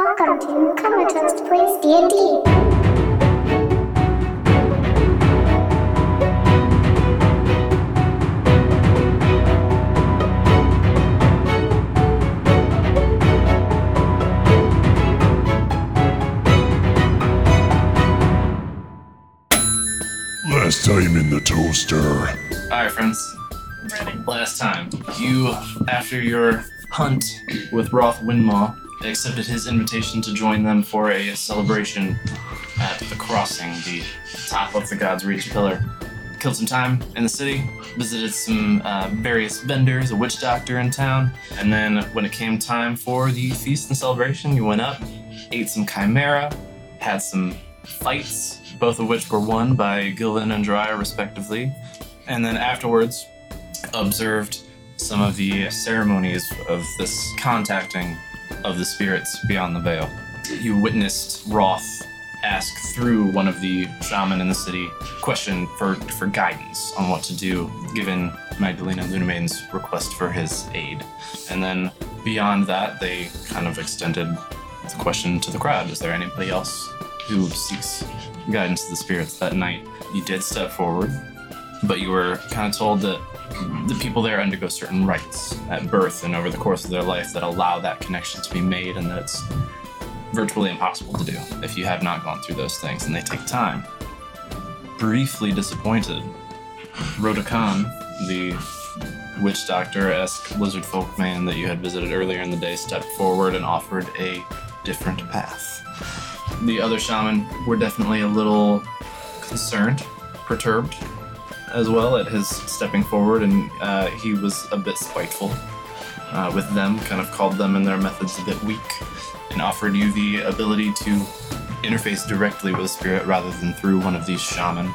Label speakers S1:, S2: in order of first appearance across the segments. S1: welcome to your Comatose Plays D&D.
S2: Last time in the toaster.
S3: All right, friends. Last time, you, after your hunt with Roth Windmaw, accepted his invitation to join them for a celebration at the crossing, the top of the God's Reach pillar. Killed some time in the city, visited some uh, various vendors, a witch doctor in town, and then when it came time for the feast and celebration, you went up, ate some chimera, had some fights, both of which were won by Gillen and Dryer, respectively and then afterwards observed some of the ceremonies of this contacting of the spirits beyond the veil. You witnessed Roth ask through one of the shaman in the city question for, for guidance on what to do given Magdalena Lunamain's request for his aid. And then beyond that they kind of extended the question to the crowd. Is there anybody else who seeks guidance of the spirits that night? You did step forward but you were kind of told that the people there undergo certain rites at birth and over the course of their life that allow that connection to be made, and that it's virtually impossible to do if you have not gone through those things, and they take time. Briefly disappointed, Rhoda the witch doctor esque lizard folk man that you had visited earlier in the day, stepped forward and offered a different path. The other shaman were definitely a little concerned, perturbed, as well at his stepping forward, and uh, he was a bit spiteful uh, with them, kind of called them and their methods a bit weak, and offered you the ability to interface directly with a spirit rather than through one of these shaman.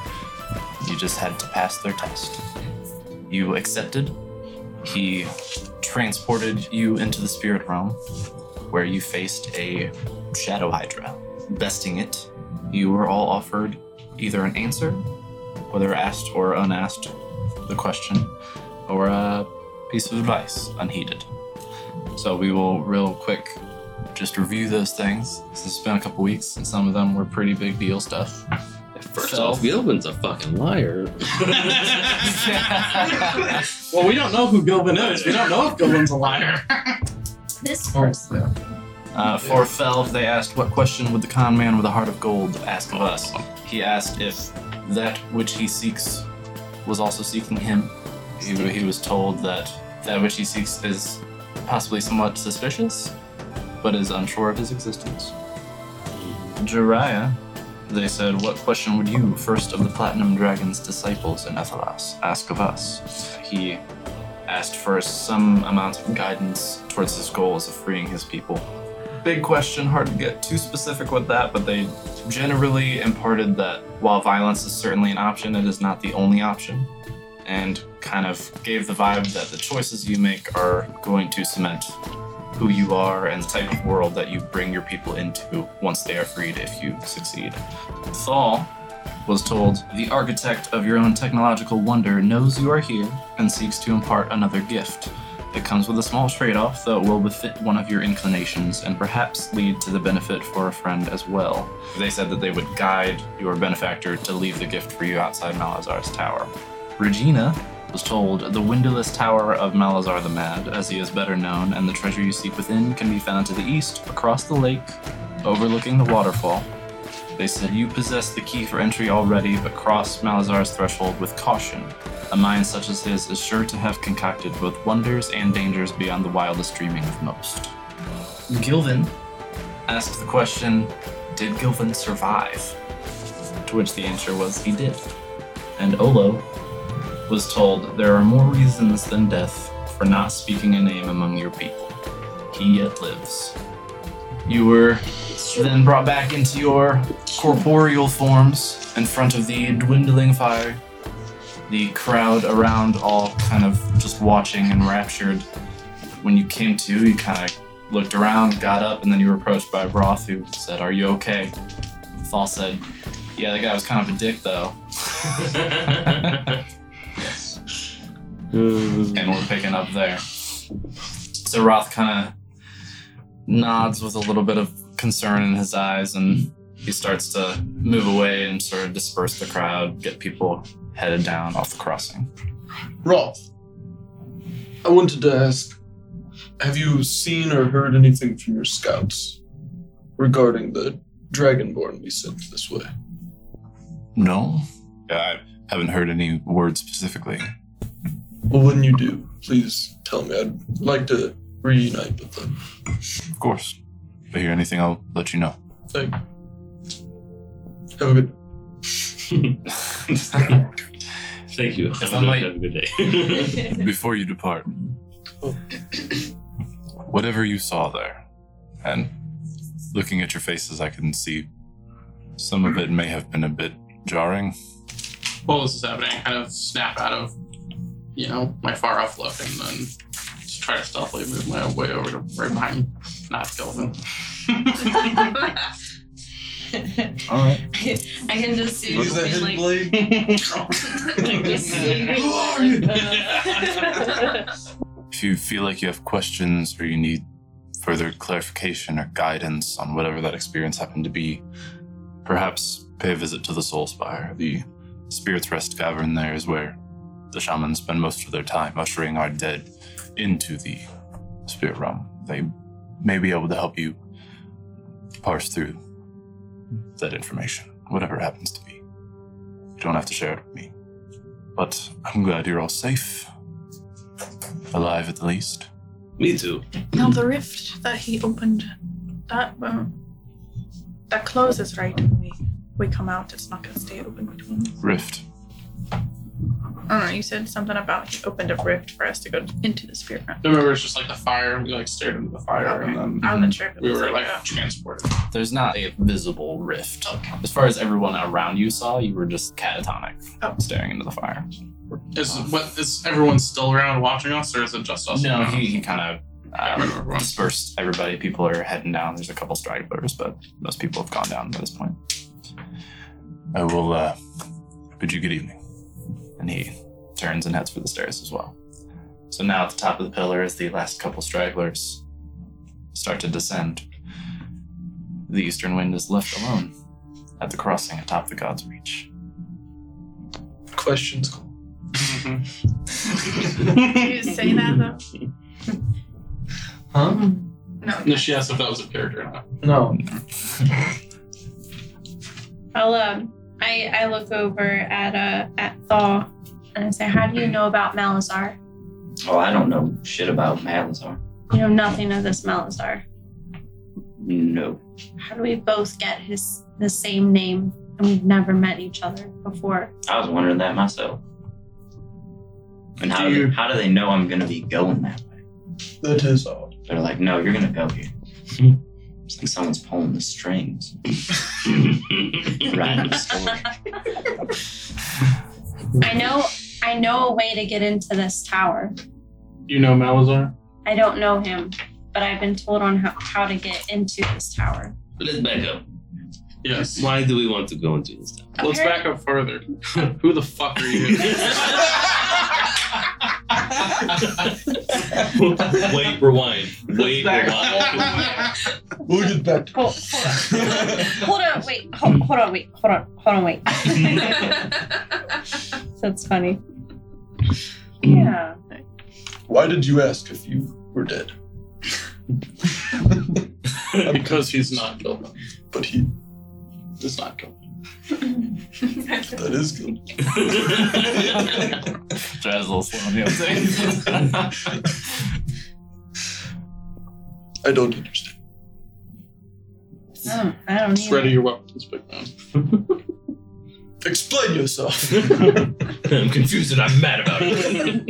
S3: You just had to pass their test. You accepted. He transported you into the spirit realm, where you faced a shadow hydra. Besting it, you were all offered either an answer whether asked or unasked, the question, or a piece of advice unheeded. So we will, real quick, just review those things. This has been a couple weeks, and some of them were pretty big deal stuff.
S4: First
S3: So-
S4: off, Gilvin's a fucking liar.
S3: yeah,
S4: well, we don't know who Gilvin is. We don't know if Gilvin's a liar.
S5: This person.
S3: Uh, for Felv, they asked, What question would the con man with a heart of gold ask of us? He asked if that which he seeks was also seeking him. He, he was told that that which he seeks is possibly somewhat suspicious, but is unsure of his existence. Jiraiya, they said, What question would you, first of the Platinum Dragon's disciples in Ethelas, ask of us? He asked for some amount of guidance towards his goals of freeing his people big question. Hard to get too specific with that, but they generally imparted that while violence is certainly an option, it is not the only option. And kind of gave the vibe that the choices you make are going to cement who you are and the type of world that you bring your people into once they are freed if you succeed. Thal was told, The architect of your own technological wonder knows you are here and seeks to impart another gift. It comes with a small trade off, though it will befit one of your inclinations and perhaps lead to the benefit for a friend as well. They said that they would guide your benefactor to leave the gift for you outside Malazar's tower. Regina was told the windowless tower of Malazar the Mad, as he is better known, and the treasure you seek within can be found to the east, across the lake, overlooking the waterfall. They said you possess the key for entry already, but cross Malazar's threshold with caution. A mind such as his is sure to have concocted both wonders and dangers beyond the wildest dreaming of most. Gilvin asked the question, Did Gilvin survive? To which the answer was, He did. And Olo was told, There are more reasons than death for not speaking a name among your people. He yet lives. You were then brought back into your corporeal forms in front of the dwindling fire. The crowd around all kind of just watching, enraptured. When you came to, you kind of looked around, got up, and then you were approached by Roth, who said, Are you okay? Thal said, Yeah, that guy was kind of a dick, though. and we're picking up there. So Roth kind of nods with a little bit of concern in his eyes, and he starts to move away and sort of disperse the crowd, get people headed down off the crossing.
S6: Rolf, I wanted to ask Have you seen or heard anything from your scouts regarding the Dragonborn we sent this way?
S3: No, I haven't heard any words specifically.
S6: Well, when you do, please tell me. I'd like to reunite with them.
S3: Of course. If I hear anything, I'll let you know.
S6: Thank you. Have a good
S4: Thank you. Have,
S3: If
S4: a
S3: I
S4: good-
S3: might-
S4: have a good day.
S3: Before you depart,
S6: Oh.
S3: whatever you saw there, and looking at your faces, I can see some of it may have been a bit jarring.
S7: While this is happening, I kind of snap out of, you know, my far off look and then just try to stealthily move my way over to right behind, not Kelvin.
S6: All right.
S5: I can just see
S6: Use that hidden
S5: like,
S6: blade.
S5: like just see
S4: Who are you?
S3: If you feel like you have questions or you need further clarification or guidance on whatever that experience happened to be, perhaps pay a visit to the Soul Spire. The Spirit's Rest Cavern there is where the shamans spend most of their time ushering our dead into the spirit realm. They may be able to help you parse through that information, whatever it happens to be. You don't have to share it with me. But I'm glad you're all safe. Alive at the least.
S4: Me too.
S8: Now the rift that he opened, that um, that closes right when we we come out. It's not gonna stay open between. us.
S3: Rift.
S8: I don't know. You said something about he opened a rift for us to go into the spirit realm.
S7: Remember, it's just like the fire. We like stared into the fire and then
S8: I'm not sure if it
S7: we
S8: was
S7: were
S8: like,
S7: like
S8: a-
S7: transported.
S3: There's not a visible rift. As far as everyone around you saw, you were just catatonic,
S8: Oh.
S3: staring into the fire.
S7: Is what is everyone still around watching us, or is it just us?
S3: No,
S7: around?
S3: he, he kind
S7: I
S3: of
S7: remember
S3: um,
S7: everyone.
S3: dispersed everybody. People are heading down. There's a couple stragglers, but most people have gone down by this point. I will uh, bid you good evening. And he turns and heads for the stairs as well. So now at the top of the pillar, as the last couple stragglers start to descend, the eastern wind is left alone at the crossing atop the God's Reach.
S6: Questions.
S8: Did you say that though?
S6: Huh?
S8: No.
S7: no, she asked if that was a character or not.
S6: No.
S5: I'll um, I I look over at uh at Thaw, and I say, "How do you know about Malazar?
S9: Oh, I don't know shit about Malazar.
S5: You know nothing of this Malazar.
S9: No.
S5: How do we both get his the same name and we've never met each other before?
S9: I was wondering that myself. And how
S6: Do
S9: do,
S6: you-
S9: they, how do they know I'm gonna be going that way?
S6: That is odd.
S9: They're like, no, you're gonna go here. It's like someone's pulling the strings. Writing the story.
S5: I know I know a way to get into this tower.
S7: You know Malazar.
S5: I don't know him, but I've been told on how, how to get into this tower.
S4: Let's back up.
S7: Yes.
S4: Why do we want to go into this town?
S7: Let's back up further. Who the fuck are you?
S4: Wait, rewind. Wait, rewind.
S6: We'll get back to
S5: Hold, hold on, wait, hold, hold on, wait, hold on, hold on, wait. That's funny.
S8: Yeah.
S6: Why did you ask if you were dead?
S7: because he's not Kelvin.
S6: But he.
S7: It's not Kelvin.
S6: That is good.
S3: Jazz will slow on the upside.
S6: I don't understand.
S5: Oh, I don't
S7: Just ready your weapons, big man.
S6: Explain yourself.
S4: I'm confused and I'm mad about it.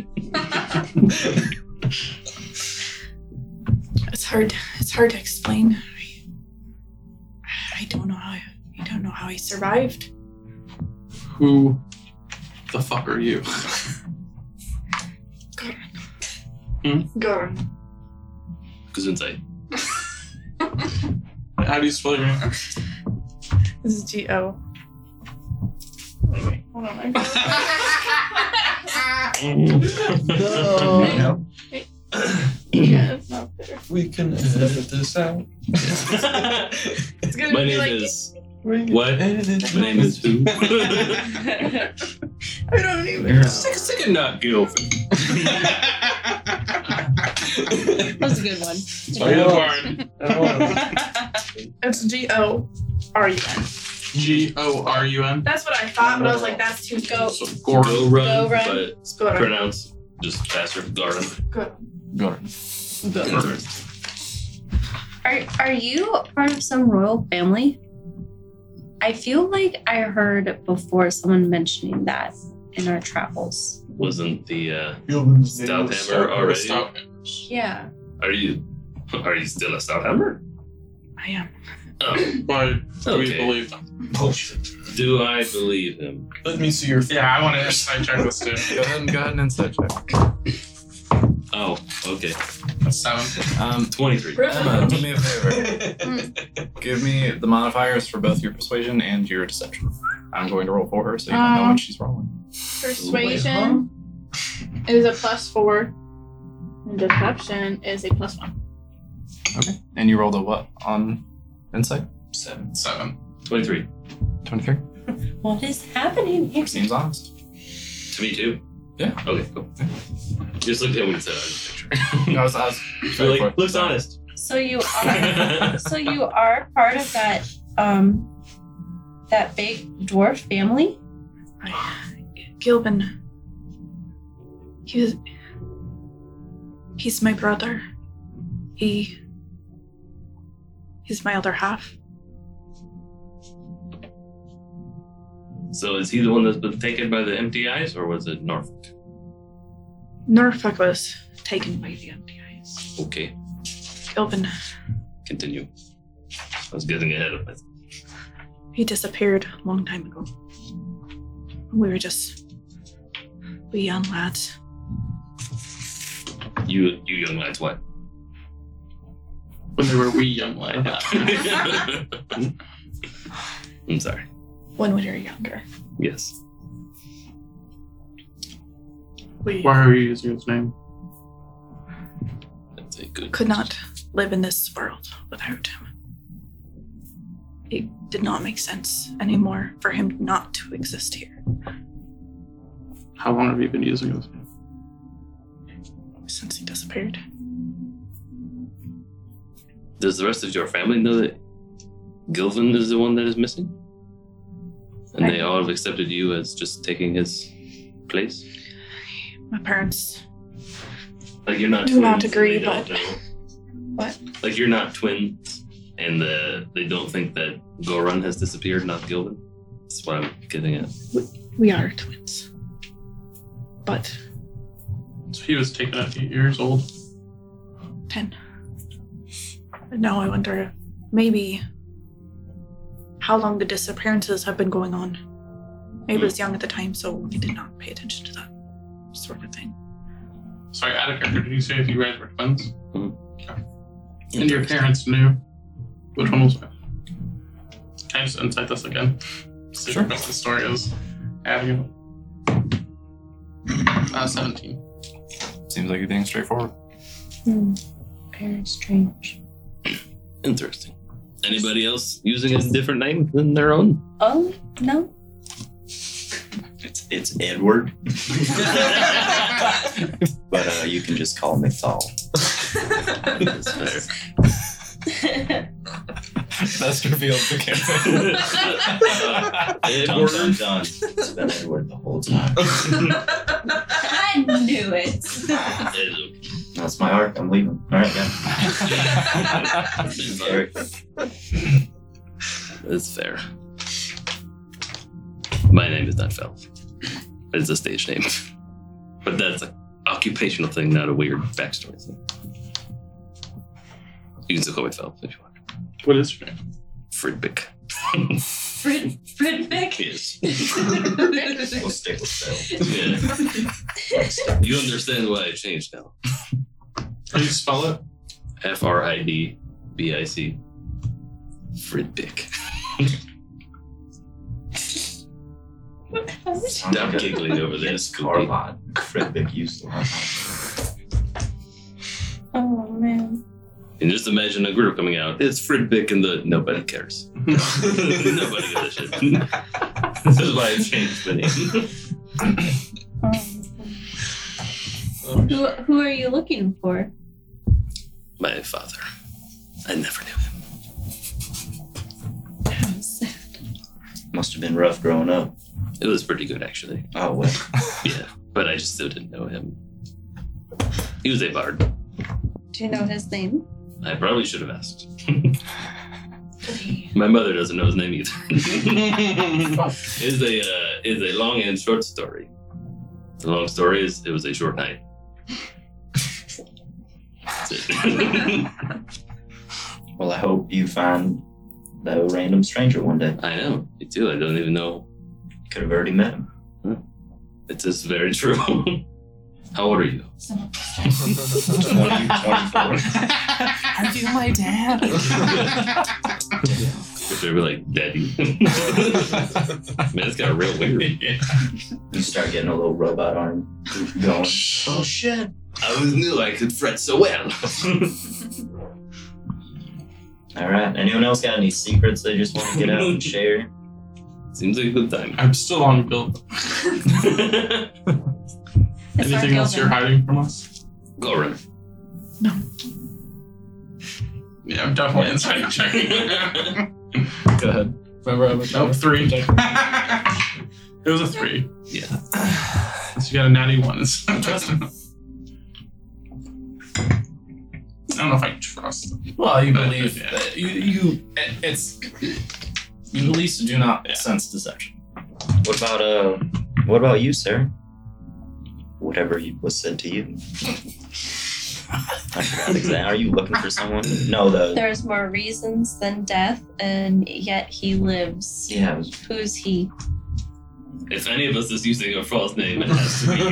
S8: It's hard. It's hard to explain. I- I don't know how. I don't know how he survived.
S7: Who the fuck are you?
S8: Go.
S4: Gesundheit.
S7: How do you spell your name?
S8: This is G O. Wait, hold on. I got
S6: no.
S8: Yeah, it's not bitter.
S6: We can edit this out.
S5: It's gonna
S4: My
S5: be
S4: name
S5: like,
S4: is.
S6: We can
S4: What?
S6: edit it
S4: My name is who?
S8: I don't even.
S4: Stick, stick a nut, Gilf.
S10: That was a good one.
S6: out.
S8: It's G O R U N.
S7: G O R U N.
S8: That's what I thought, but I was like, that's too go.
S4: So Goran, go run,
S5: Go run.
S4: but
S8: It's good.
S4: pronounce just faster. Goran.
S8: Good.
S3: Goran.
S10: Are are you part of some royal family? I feel like I heard before someone mentioning that in our travels.
S4: Wasn't the uh,
S6: Gilman's name
S4: stout
S6: was
S4: hammer already?
S7: Stop.
S10: Yeah.
S4: Are you? Are you still a stout hammer?
S8: I am.
S4: Oh,
S7: Why do we
S4: Okay.
S7: believe them?
S4: do I believe him?
S6: Let me see your.
S7: Yeah, I want to insight check this too.
S3: Go ahead and go ahead and insight check.
S4: Oh, okay.
S7: Seven.
S3: Um,
S4: Twenty-three.
S3: Emma, do me a favor. Give me the modifiers for both your persuasion and your deception. I'm going to roll for her so you don't know
S8: Um,
S3: when she's rolling.
S8: Persuasion is a plus four. And deception is a plus one.
S3: And you rolled a what on insight?
S9: Seven.
S7: Seven.
S4: Twenty-three.
S3: 23?
S10: What is happening here?
S3: Seems honest.
S4: To me too.
S3: Yeah.
S4: Okay. Cool. Just looked at him and said, "I just
S3: No, I was, I was
S4: picture." Like, looks honest.
S10: So you are so you are part of that um that big dwarf family?
S8: Gilbin. He was. He's my brother. He. He's my other half.
S4: So is he the one that's been taken by the empty eyes, or was it Norfolk?
S8: Norfolk was taken by the MDIs.
S4: Okay,
S8: Gilbin,
S4: continue. I was getting ahead of myself.
S8: he disappeared a long time ago. We were just. We young lads.
S4: You, you young lads, what?
S7: When they were wee young lads.
S4: I'm sorry.
S8: When we were younger.
S4: Yes.
S8: We
S7: Why are you using his name?
S4: That's a good.
S8: could not live in this world without him. It did not make sense anymore for him not to exist here
S7: How long have you been using his name?
S8: since he disappeared.
S4: Does the rest of your family know that Gilvin is the one that is missing? And they all have accepted you as just taking his place?
S8: My parents.
S4: Like you're not
S8: Do not
S4: twins and
S8: agree,
S4: they don't
S8: but-
S4: know.
S8: What?
S4: Like you're not twins and the, they don't think that Goran has disappeared, not Gilvin? That's what I'm getting at.
S8: We are twins. But
S7: So he was taken at eight years old.
S8: 10. And now I wonder maybe how long the disappearances have been going on. Maybe I was young at the time, so we did not pay attention to that sort of thing.
S7: Sorry, out of character, did you say if you guys were twins?
S4: Mhm.
S7: Okay. And your parents knew? Which one was it? Can I just insight this again? See
S3: Sure.
S7: what the story is. Abigail. Uh, 17.
S3: Seems like you're being straightforward.
S10: Very strange.
S4: Interesting. Anybody else using a different name than their own?
S10: Oh no.
S9: It's it's Edward, but uh, you can just call me Thal.
S4: That's fair.
S3: Best revealed the
S9: Dun, dun,
S4: Edward.
S9: dun. It's been Edward the whole time.
S10: I knew it.
S4: Ed-
S9: That's my arc. I'm leaving. All right, yeah.
S4: Sorry. That's fair. My name is not Fel. It's a stage name. But that's an occupational thing, not a weird backstory thing. You can still call me Fel if you want.
S7: What is your name?
S4: Fridbick.
S10: Frid Fridvik.
S4: Yes.
S9: We'll stick with Thal.
S4: Yeah. You understand why I changed now.
S7: How do you spell it?
S4: F R I D B I C. Fridbick. Stop giggling over there,
S9: Yes,
S4: Scooby.
S9: Carlot. Fredbeck used to have.
S10: oh
S4: And just imagine a group coming out. It's Fridbick and the nobody cares. nobody gives a shit. this is why I changed the name.
S10: Who, who are you looking for?
S4: My father. I never knew him.
S9: Must have been rough growing up.
S4: It was pretty good actually.
S9: Oh, well.
S4: Yeah, but I just still didn't know him. He was a bard.
S10: Do you know his name?
S4: I probably should have asked. My mother doesn't know his name either. is a uh, is a long and short story. The long story is it was a short night. That's it.
S9: Well, I hope you find the random stranger one day.
S4: I know. Me too. I don't even know.
S9: You could have already met him.
S4: It's just very true. How old are you?
S3: I feel my dad.
S4: If they were like daddy. Man, it's got real weird.
S9: You start getting a little robot arm going.
S4: Oh shit. I always knew I could fret so well.
S9: All right. Anyone else got any secrets they just want to get out and share?
S4: Seems like a good time.
S7: I'm still on guild.
S10: It's our
S7: Anything else you're
S10: building.
S7: hiding from us?
S4: Go run.
S7: Yeah, I'm definitely inside checking.
S3: Go ahead. Remember, I was
S7: nope, Oh, three. it was a three.
S4: Yeah.
S7: So you got a natty one. It's- I don't know if I trust them.
S3: Well, you
S7: But-
S3: believe
S7: yeah.
S3: that you, you it- it's you at least do not sense deception.
S9: What about uh? What about you, sir? Whatever you- was said to you. I forgot exactly. Are you looking for someone? No, the
S10: There's more reasons than death, and yet he lives.
S9: yeah. it was-
S10: Who's he?
S4: If any of us is using a false name, it has to be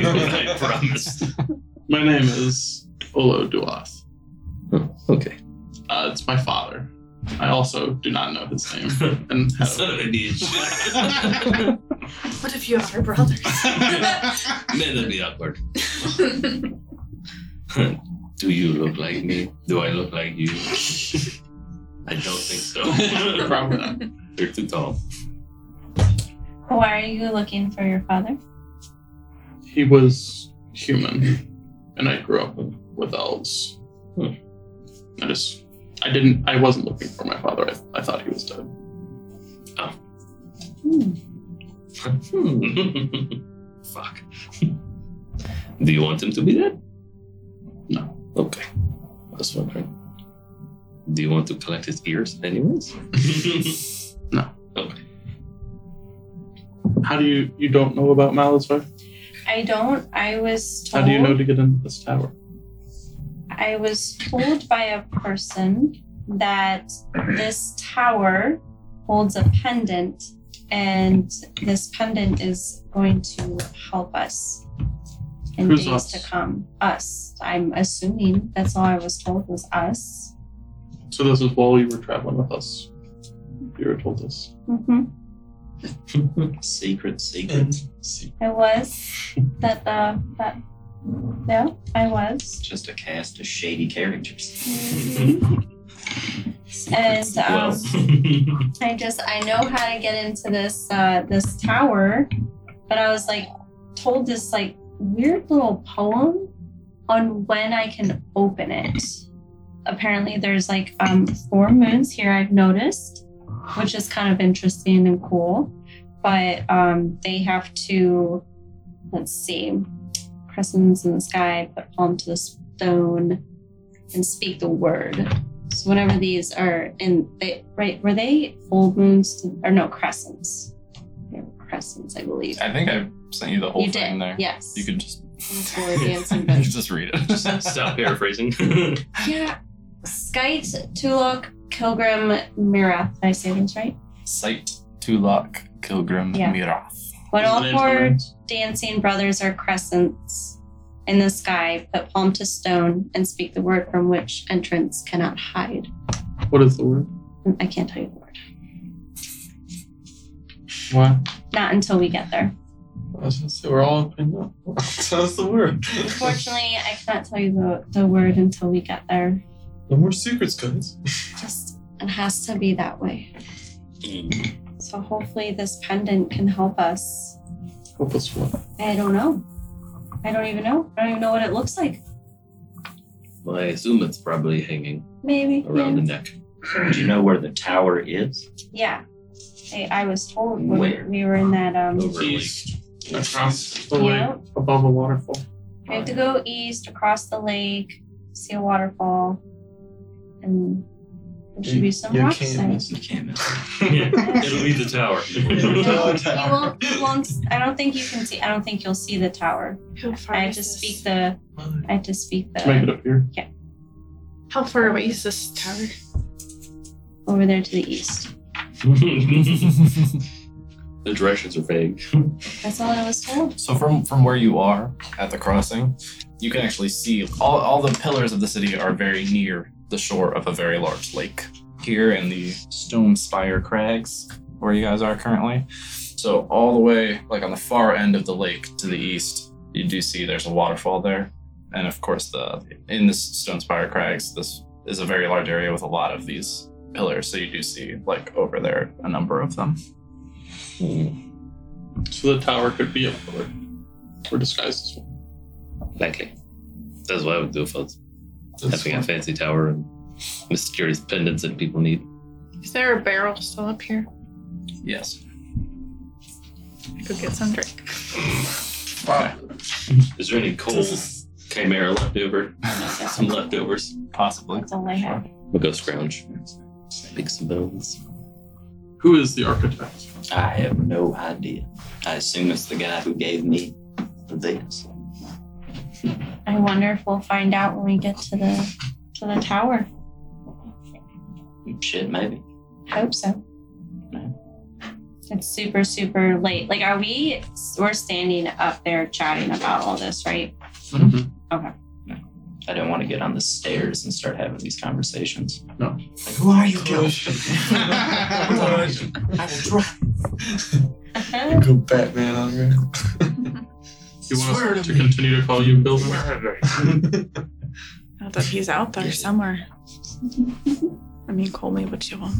S4: you, I promise.
S7: My name is Olo Duath.
S4: Okay.
S7: Uh, it's my father. I also do not know his name. And
S4: Son of a bitch.
S8: What if you are brothers?
S4: Man, that'd be awkward. Do you look like me? Do I look like you? I don't think so.
S7: Probably not.
S4: You're too tall.
S10: Why are you looking for your father?
S7: He was human, and I grew up with, with elves.
S4: Hmm.
S7: I just, I didn't, I wasn't looking for my father. I, I thought he was dead.
S4: Fuck. Do you want him to be dead?
S7: No.
S4: Okay. I was wondering. Do you want to collect his ears, anyways?
S7: How do you, you don't know about Malazar?
S10: I don't. I was
S7: How
S10: told.
S7: do you know to get into this tower?
S10: I was told by a person that this tower holds a pendant, and this pendant is going to help us in
S7: Who's
S10: days
S7: us?
S10: to come. Us. I'm assuming that's all I was told was us.
S7: So this is while you were traveling with us. You were told this.
S10: hmm
S9: Secret, secret.
S7: See,
S10: I was that the that no, I was.
S9: Just a cast of shady characters.
S10: And um,
S4: well,
S10: I just I know how to get into this uh, this tower, but I was like told this like weird little poem on when I can open it. Apparently, there's like um, four moons here. I've noticed, which is kind of interesting and cool. But um, they have to let's see, crescents in the sky, put palm to the stone, and speak the word. So whatever these are, and they right were they full moons to, or no crescents? They were crescents, I believe.
S3: I think I sent you the whole
S10: you
S3: thing
S10: did,
S3: there.
S10: yes.
S3: You could just
S10: Before dancing
S3: you
S10: bench.
S3: could just read it.
S4: stop paraphrasing.
S10: yeah, Skite, Tulok, Kilgrim, Mirath. Did I say those right?
S3: Sight, Tulak, Kilgrim,
S10: Yeah.
S3: Mirath.
S10: When
S7: Is the
S10: all
S7: name
S10: four
S7: somewhere?
S10: dancing brothers are crescents in the sky, put palm to stone and speak the word from which entrance cannot hide. Mm,
S7: What is the word?
S10: I can't tell you the word.
S7: Why?
S10: Not until we get there.
S7: I was gonna say we're all up in that. That's the word.
S10: Unfortunately, I cannot tell you the, the word until we get there.
S6: No more secrets, guys.
S10: Just it has to be that way.
S4: Mm.
S10: So hopefully this pendant can help us.
S6: Help us what?
S10: I don't know. I don't even know. I don't even know what it looks like.
S4: Well, I assume it's probably hanging
S10: Maybe.
S4: around
S10: yeah.
S4: the neck.
S9: Do you know where the tower is?
S10: Yeah. I, I was told when
S4: Where?
S10: we were in that um
S4: Over like
S7: East. Across the
S10: yeah,
S7: lake, above a waterfall.
S10: we have to go east across the lake, see a waterfall, and there should be some
S6: You
S10: rock
S6: can't miss
S10: sites.
S4: you can't miss.
S10: Yeah.
S4: It'll be the tower.
S10: No, you won't, you won't. I don't think you can see. I don't think you'll see the tower.
S8: How far
S10: I have
S8: is
S10: to
S8: this?
S10: speak the. I have to speak
S7: Make it
S10: the
S7: up here.
S8: How far away is this tower?
S10: over there to the east.
S4: the directions are vague.
S10: That's all I was told.
S3: So from from where you are at the crossing, you can actually see all, all the pillars of the city are very near the shore of a very large lake. Here in the Stone Spire Crags, where you guys are currently. So all the way like on the far end of the lake to the east, you do see there's a waterfall there. And of course the in the Stone Spire Crags, this is a very large area with a lot of these pillars. So you do see like over there a number of them.
S7: So the tower could be a pillar. Or disguised as one.
S4: Likely. That's what I would do if I was
S6: That's
S4: having a
S6: fine.
S4: fancy tower and mysterious pendants that people need.
S8: Is there a barrel still up here?
S3: Yes.
S8: I could get some drink.
S6: Wow.
S4: Is there any cold chimera leftover? Some leftovers.
S3: Possibly.
S10: That's all I have.
S4: We'll go scrounge. Make some bones.
S7: Who is the architect?
S9: I have no idea. I assume it's the guy who gave me this.
S10: I wonder if we'll find out when we get to the to the tower.
S9: Shit, maybe.
S10: I hope so. It's super super late. Like, are we? We're standing up there chatting about all this, right?
S9: I don't want to get on the stairs and start having these conversations.
S7: No.
S9: Like, who are you, Gil?
S7: you
S9: I will drop.
S10: Uh-huh.
S6: Go Batman on her.
S7: want us to continue to call you Bill?
S8: Not that he's out there somewhere. I mean, call me what you want.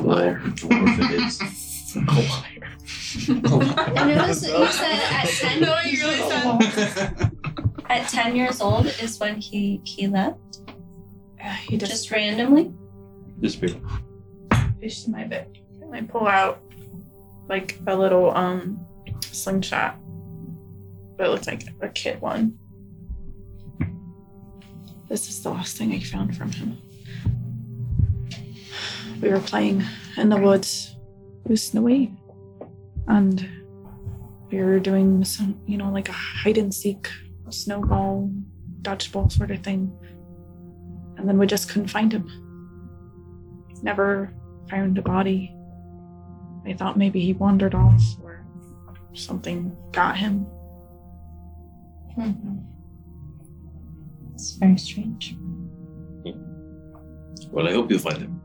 S9: Liar. Dwarf it is.
S10: And it was you said at ten.
S5: No, you really
S10: At ten years old is when he he left,
S8: Uh, he
S10: just,
S8: just,
S10: randomly.
S4: This be
S8: fished my bit. I pull out like a little um slingshot, but it looked like a kid one. This is the last thing I found from him. We were playing in the woods. It was snowy, and we were doing some, you know, like a hide and seek, snowball, dodgeball sort of thing. And then we just couldn't find him never found a body. They thought maybe he wandered off or something got him.
S10: Mm-hmm. It's very strange.
S4: Well, I hope you find him.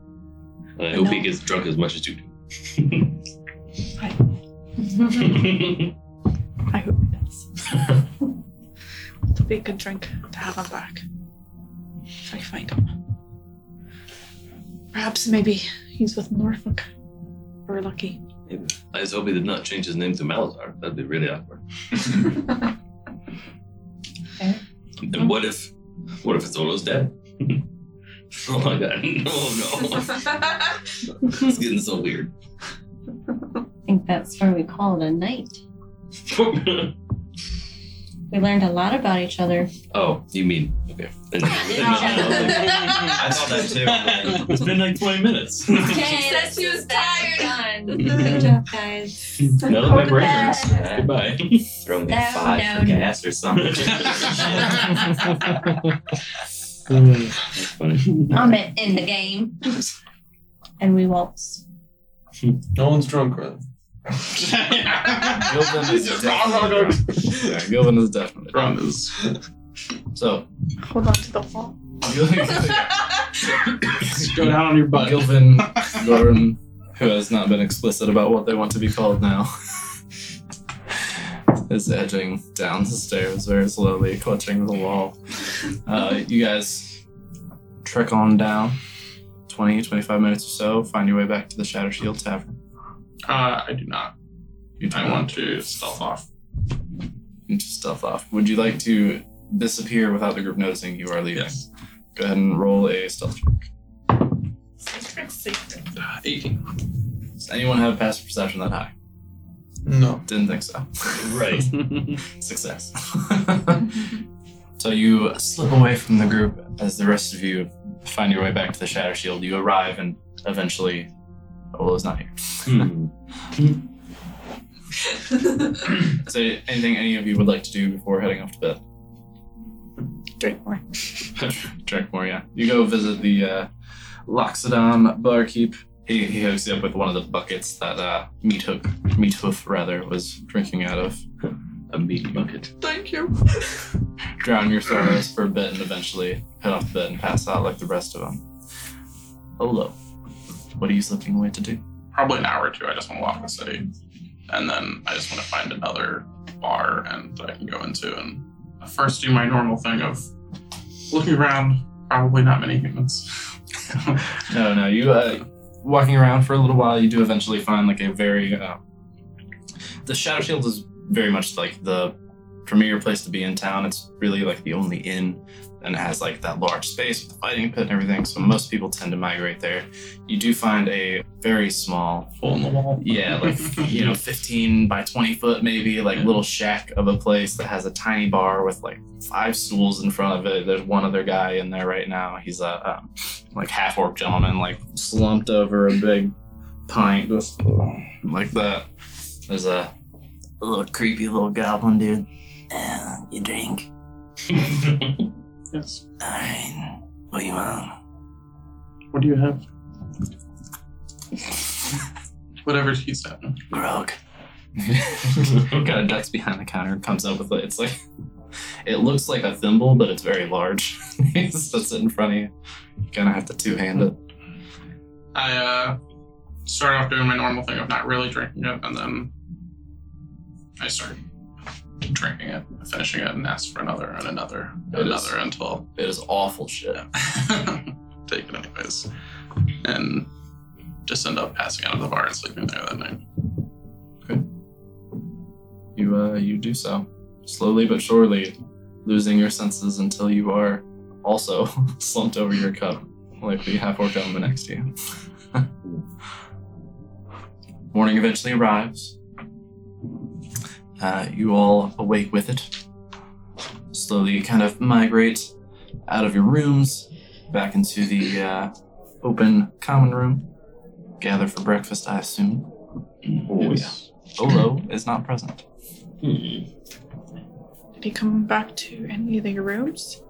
S4: And I
S8: I
S4: hope he
S8: know.
S4: gets drunk as much as you do.
S8: I hope he does. It'll be a good drink to have him back. If I find him. Perhaps maybe he's with Norfolk. We're lucky.
S4: I just hope he did not change his name to Malazar. That'd be really awkward. And what if, what if it's Olo's dad? oh my god! Oh no! It's getting so weird.
S10: I think that's where we call it a night. We learned a lot about each other.
S4: oh, you mean okay? Then-
S10: Yeah.
S3: I thought that too.
S4: it's been like twenty minutes.
S10: Okay,
S5: said
S10: that's
S5: she was
S10: that's Done. Good job, guys.
S4: None of my brain hurts. Goodbye.
S9: Throw me
S10: No,
S9: five
S10: no,
S9: for
S10: no.
S9: gas or something.
S4: That's funny.
S10: I'm it in the game. And we waltz.
S6: No one's drunk, right?
S3: Gilvin is
S7: Jesus,
S3: definitely
S7: wrong,
S3: drunk.
S7: wrong,
S3: Yeah, Gilvin is definitely drunk.
S7: Ron is
S3: So,
S8: Hold on to the wall.
S3: Gilvin,
S7: Just go down on your butt.
S3: Gilvin Gordon, who has not been explicit about what they want to be called now, is edging down the stairs very slowly, clutching the wall. Uh, you guys trek on down 20, 25 minutes or so, find your way back to the Shatter Shield Tavern.
S7: Uh, I do not.
S3: You do
S7: I
S3: not-
S7: want to stealth off.
S3: you just stealth off. Would you like to disappear without the group noticing you are leaving? Go ahead and roll a stealth check.
S7: Uh, 18.
S3: Does anyone have passive perception that high?
S6: No.
S3: Didn't think so.
S9: Right.
S3: Success. so you slip away from the group as the rest of you find your way back to the Shatter Shield. You arrive and eventually Ola's not here.
S4: Hmm.
S3: Is there anything any of you would like to do before heading off to bed?
S8: Drink more.
S3: Drink more, yeah. You go visit the uh, Loxodon barkeep. He, he hooks you up with one of the buckets that uh, Meat Hook, Meat Hoof rather, was drinking out of.
S4: A meat bucket.
S7: Thank you.
S3: Drown your sorrows for a bit and eventually head off to bed and pass out like the rest of them. Olo, what are you slipping away to do?
S7: Probably an hour or two. I just want to walk the city. And then I just want to find another bar and that I can go into and first do my normal thing of looking around. Probably not many humans.
S3: No, no, you uh, walking around for a little while. You do eventually find like a very uh, the Shadow Shield is very much like the premier place to be in town. It's really like the only inn, and it has like that large space with the fighting pit and everything. So most people tend to migrate there. You do find a very small,
S7: Hole in the wall.
S3: yeah, like you know, fifteen by twenty foot maybe, like little shack of a place that has a tiny bar with like five stools in front of it. There's one other guy in there right now. He's a um, like half orc gentleman, like slumped over a big pint, just uh, like that. There's a little creepy little goblin dude. Uh, you drink?
S7: Yes.
S3: All right. What do you want?
S7: What do you have? Whatever he's having.
S3: Grog. Got a ducks behind the counter. Comes up with it. It's like it looks like a thimble, but it's very large. That's it in front of you. You kind of have to two hand it.
S7: I uh, start off doing my normal thing of not really drinking it, and then I start drinking it, finishing it, and ask for another and another and
S3: It is-
S7: another until
S3: It is awful shit.
S7: take it anyways, and just end up passing out of the bar and sleeping there that night.
S3: You uh, you do so slowly but surely, losing your senses until you are also slumped over your cup, like the half orc gentleman next to you. Morning eventually arrives. Uh, you all awake with it. Slowly, kind of migrate out of your rooms, back into the uh, open common room. Gather for breakfast, I assume.
S4: Oh, yeah.
S3: Olo is not present.
S4: Hmm.
S8: Did he come back to any of your rooms?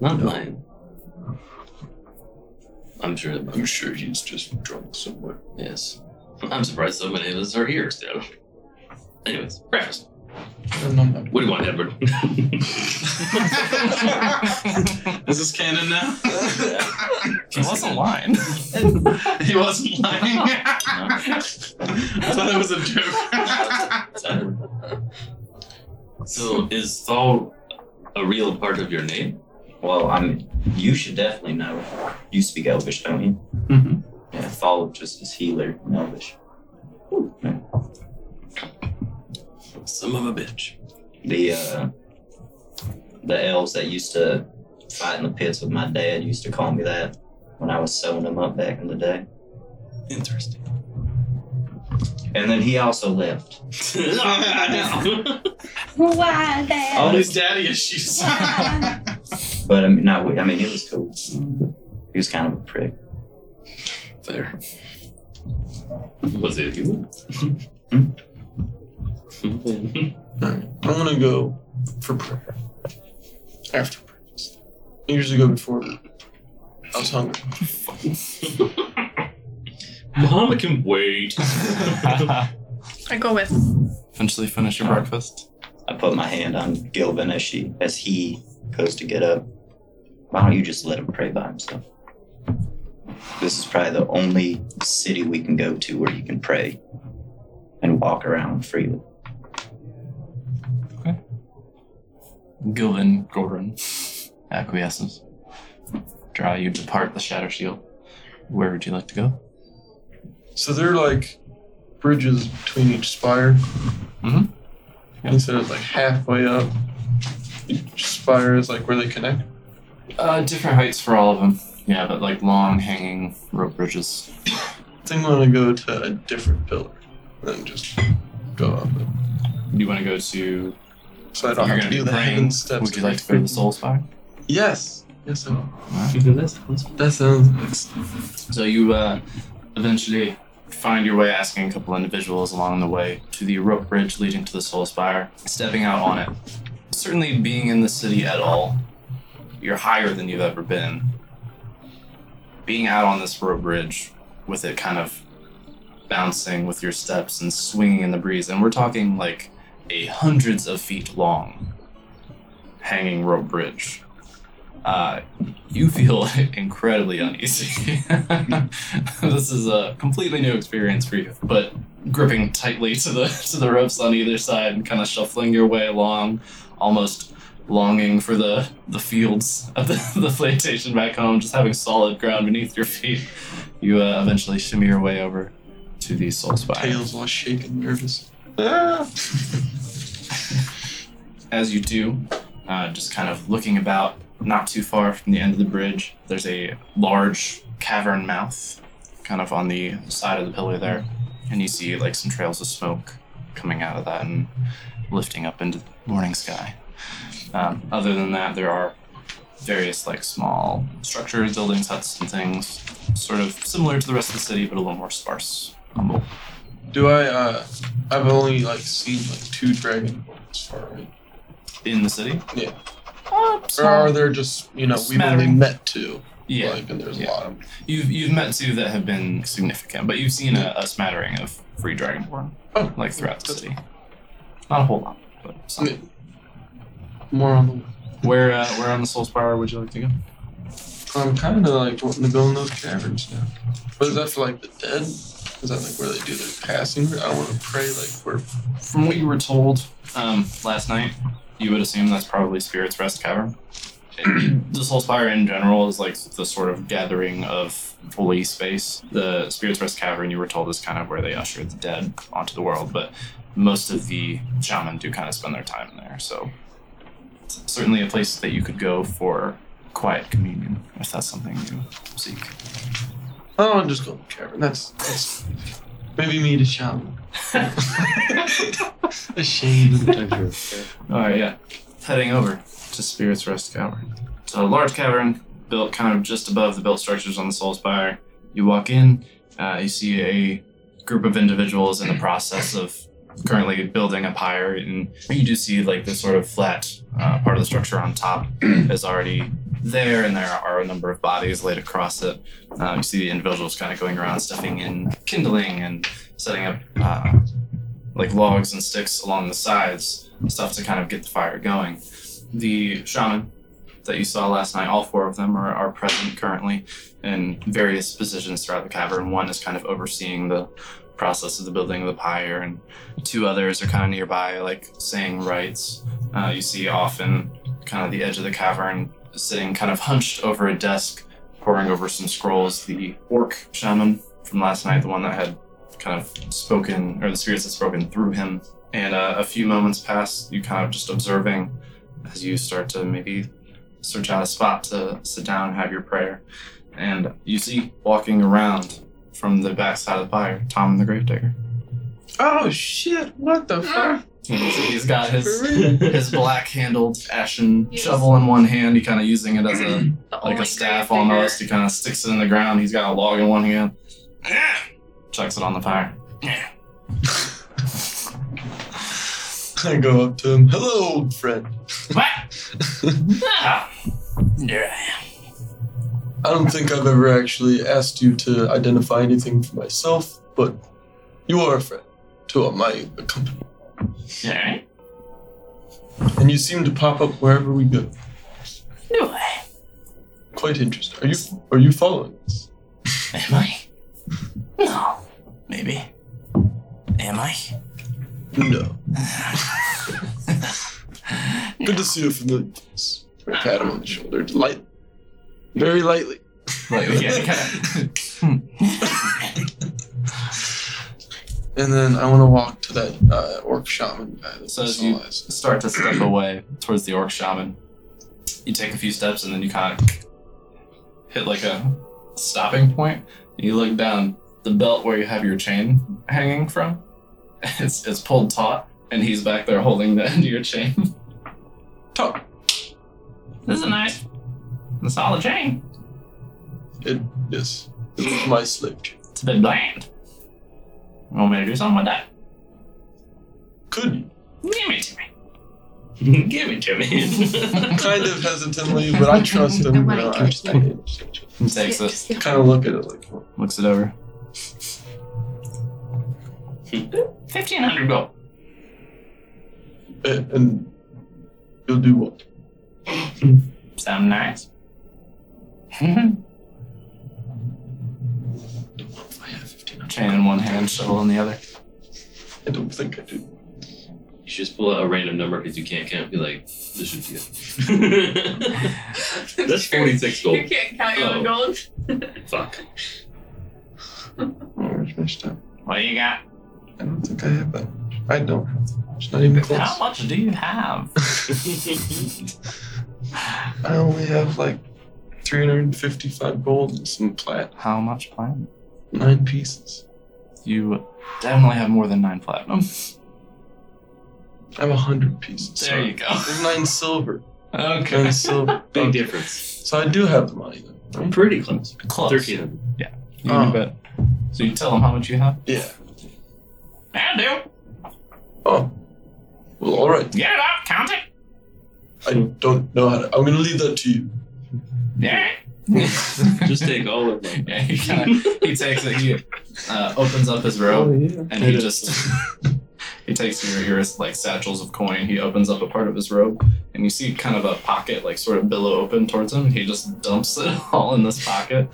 S4: Not mine. I'm sure that
S6: I'm sure he's just drunk somewhere.
S4: Yes. I'm surprised so many of us are here still. Anyways, breakfast.
S6: And I'm not-
S4: What do you want, Edward?
S7: Is this canon now?
S3: He wasn't lying.
S7: he wasn't lying. I thought that was a joke.
S4: so is Thal a real part of your name?
S9: Well, I'm. You should definitely know. You speak Elvish, don't you?
S7: Mhm.
S9: Yeah, Thal just is healer in Elvish.
S4: Some of a bitch.
S9: The uh, the elves that used to fight in the pits with my dad used to call me that when I was sewing them up back in the day.
S4: Interesting.
S9: And then he also left.
S10: Why
S9: All
S10: that?
S9: these,
S7: daddy issues.
S9: but I mean, not. we- I mean, he was cool. He was kind of a prick.
S4: Fair. Was it you?
S6: Alright, I'm gonna go for prayer. After breakfast. I usually go before. I was hungry.
S4: Mom can wait.
S8: I go with.
S3: Eventually finish your breakfast.
S9: I put my hand on Gilvin as she as he goes to get up. Why don't you just let him pray by himself? This is probably the only city we can go to where you can pray and walk around freely.
S3: Gilvin Gorin acquiesces. Draw, you depart the Shatter Shield. Where would you like to go?
S6: So they're like bridges between each spire.
S3: Mhm. Yeah.
S6: And so it's like halfway up. Each spire is like where they connect.
S3: Uh, different heights for all of them. Yeah, but like long hanging rope bridges.
S6: I think I want to go to a different pillar and just go up it.
S3: You want to go to?
S6: So I don't
S3: you're
S6: have to
S3: gonna
S6: do
S3: be
S6: the
S3: praying.
S6: heaven steps.
S3: Would you like to go to the Soul Spire?
S6: Yes. Yes, I will.
S4: You do this? Let's-
S6: That sounds like
S3: So you uh, eventually find your way, asking a couple individuals along the way to the rope bridge leading to the Soul Spire. Stepping out on it, certainly being in the city at all, you're higher than you've ever been. Being out on this rope bridge, with it kind of bouncing with your steps and swinging in the breeze, and we're talking like a hundreds of feet long hanging rope bridge. Uh, you feel incredibly uneasy. this is a completely new experience for you, but gripping tightly to the to the ropes on either side and kind of shuffling your way along, almost longing for the the fields of the, the plantation back home, just having solid ground beneath your feet. You uh, eventually shimmy your way over to the soul spire.
S6: tails all shaking, nervous.
S3: as you do, uh, just kind of looking about, not too far from the end of the bridge, there's a large cavern mouth kind of on the side of the pillar there. And you see like some trails of smoke coming out of that and lifting up into the morning sky. Um, other than that, there are various like small structures, buildings, huts, and things, sort of similar to the rest of the city, but a little more sparse, humble.
S6: Do I? uh I've only like seen like two dragonborns far right.
S3: In the city?
S6: Yeah.
S3: Uh,
S6: Or are there just you know we've only
S3: Smattering.
S6: met two?
S3: yeah.
S6: Like, and there's
S3: Yeah.
S6: a lot of them.
S3: You've you've met two that have been significant, but you've seen a, a smattering of free dragonborn
S6: Oh,
S3: like throughout the
S6: that's-
S3: city. Not a whole lot, but some.
S6: Yeah. More on the
S3: Where uh, where on the Soul Spire would you like to go?
S6: I'm kind of like wanting to go in those caverns now. But is that for like the dead? Is that like where they do their passing? I don't want to pray like we're.
S3: From what you were told um, last night, you would assume that's probably Spirit's Rest Cavern. the Soul Spire in general is like the sort of gathering of holy space. The Spirit's Rest Cavern, you were told, is kind of where they usher the dead onto the world, but most of the shaman do kind of spend their time there. So, it's certainly a place that you could go for quiet communion if that's something you seek.
S6: I don't want to just go in the cavern. That's, that's maybe me to shaman. A shame.
S3: All right, yeah. Heading over to Spirit's Rest Cavern. It's a large cavern built kind of just above the built structures on the Soul Spire. You walk in, uh, you see a group of individuals in the process of currently building up higher, and you do see like this sort of flat uh, part of the structure on top is already there, and there are a number of bodies laid across it. Uh, you see the individuals kind of going around, stuffing in kindling and setting up uh, like logs and sticks along the sides stuff to kind of get the fire going. The shaman that you saw last night, all four of them are, are present currently in various positions throughout the cavern. One is kind of overseeing the process of the building of the pyre, and two others are kind of nearby, like saying rites. Uh, you see often kind of the edge of the cavern sitting kind of hunched over a desk, poring over some scrolls. The orc shaman from last night, the one that had kind of spoken, or the spirits had spoken through him, and uh, a few moments pass, you kind of just observing as you start to maybe search out a spot to sit down and have your prayer. And you see walking around from the backside of the fire, Tom the Gravedigger.
S6: Oh shit! What the fuck?
S3: He's- he's got his
S6: For real?
S3: his black handled ashen
S5: Yes.
S3: shovel in one hand, he kind of using it as a
S5: The
S3: like
S5: only
S3: a staff
S5: grave digger.
S3: almost. He kind of sticks it in the ground. He's got a log in one hand,
S5: Ah!
S3: chucks it on the fire.
S6: I go up to him. Hello, old friend.
S3: What? Ah, there I am.
S6: I don't think I've ever actually asked you to identify anything for myself, but you are a friend to my company,
S3: You all right?
S6: and you seem to pop up wherever we go.
S3: Do I?
S6: Quite interesting. Are you are you following this?
S3: Am I? No. Maybe. Am I?
S6: No.
S3: no.
S6: Good to see you from the distance. I pat him on the shoulder, light, very lightly.
S3: Like, yeah, kinda-
S6: And then I want to walk to that uh, orc shaman guy. That's
S3: So as you-
S6: personalized.
S3: start to step away towards the orc shaman. You take a few steps and then you kind of hit like a stopping point. You look down the belt where you have your chain hanging from. It's it's pulled taut, and he's back there holding the end of your chain.
S6: Talk.
S3: This is a nice, a solid chain.
S6: It is. It was my slave chain.
S3: It's a bit bland. You want me to do something with that?
S6: Could you?
S3: Give it to me.
S4: Give it to me.
S6: Kind of hesitantly, but I trust him.
S8: I
S6: you
S8: wanna
S6: know,
S8: give
S6: I
S8: it to him.
S3: He takes it,
S8: Just-
S6: kind of look at it like,
S3: looks it over. Fifteen hundred gold.
S6: eh, and you'll do what?
S3: Sound nice. Chain in one hand, shovel in the other.
S6: I don't think I do.
S4: You should just pull out a random number because you can't count. Be like, this should be it. That's 46
S5: You
S4: gold.
S5: can't count your
S3: Oh.
S5: own gold.
S4: Fuck.
S6: Oh, where's my staff?
S3: What do you got?
S6: I don't think I have that. much. I don't. have that much. It's not even close.
S3: How much do you have?
S6: I only have like 355 gold and some plat.
S3: How much platinum?
S6: Nine pieces.
S3: You definitely have more than nine platinum.
S6: I have a hundred pieces.
S3: There you go.
S6: There's nine silver.
S3: Okay.
S6: Nine silver.
S4: Big
S6: Okay.
S4: difference.
S6: um, So I do have the money then.
S4: I'm pretty close.
S3: Close.
S4: 1300.
S3: You can bet. So you tell him how much you have?
S6: Yeah.
S3: I do.
S6: Oh. Well, all right.
S3: Get it up. Count it.
S6: I don't know how to. I'm gonna leave that to you.
S3: Yeah.
S4: Just take all of them.
S3: Yeah, he kind of he takes it. He uh, opens up his robe
S6: yeah.
S3: and he just he takes your your like satchels of coin. He opens up a part of his robe and you see kind of a pocket like sort of billow open towards him. He just dumps it all in this pocket.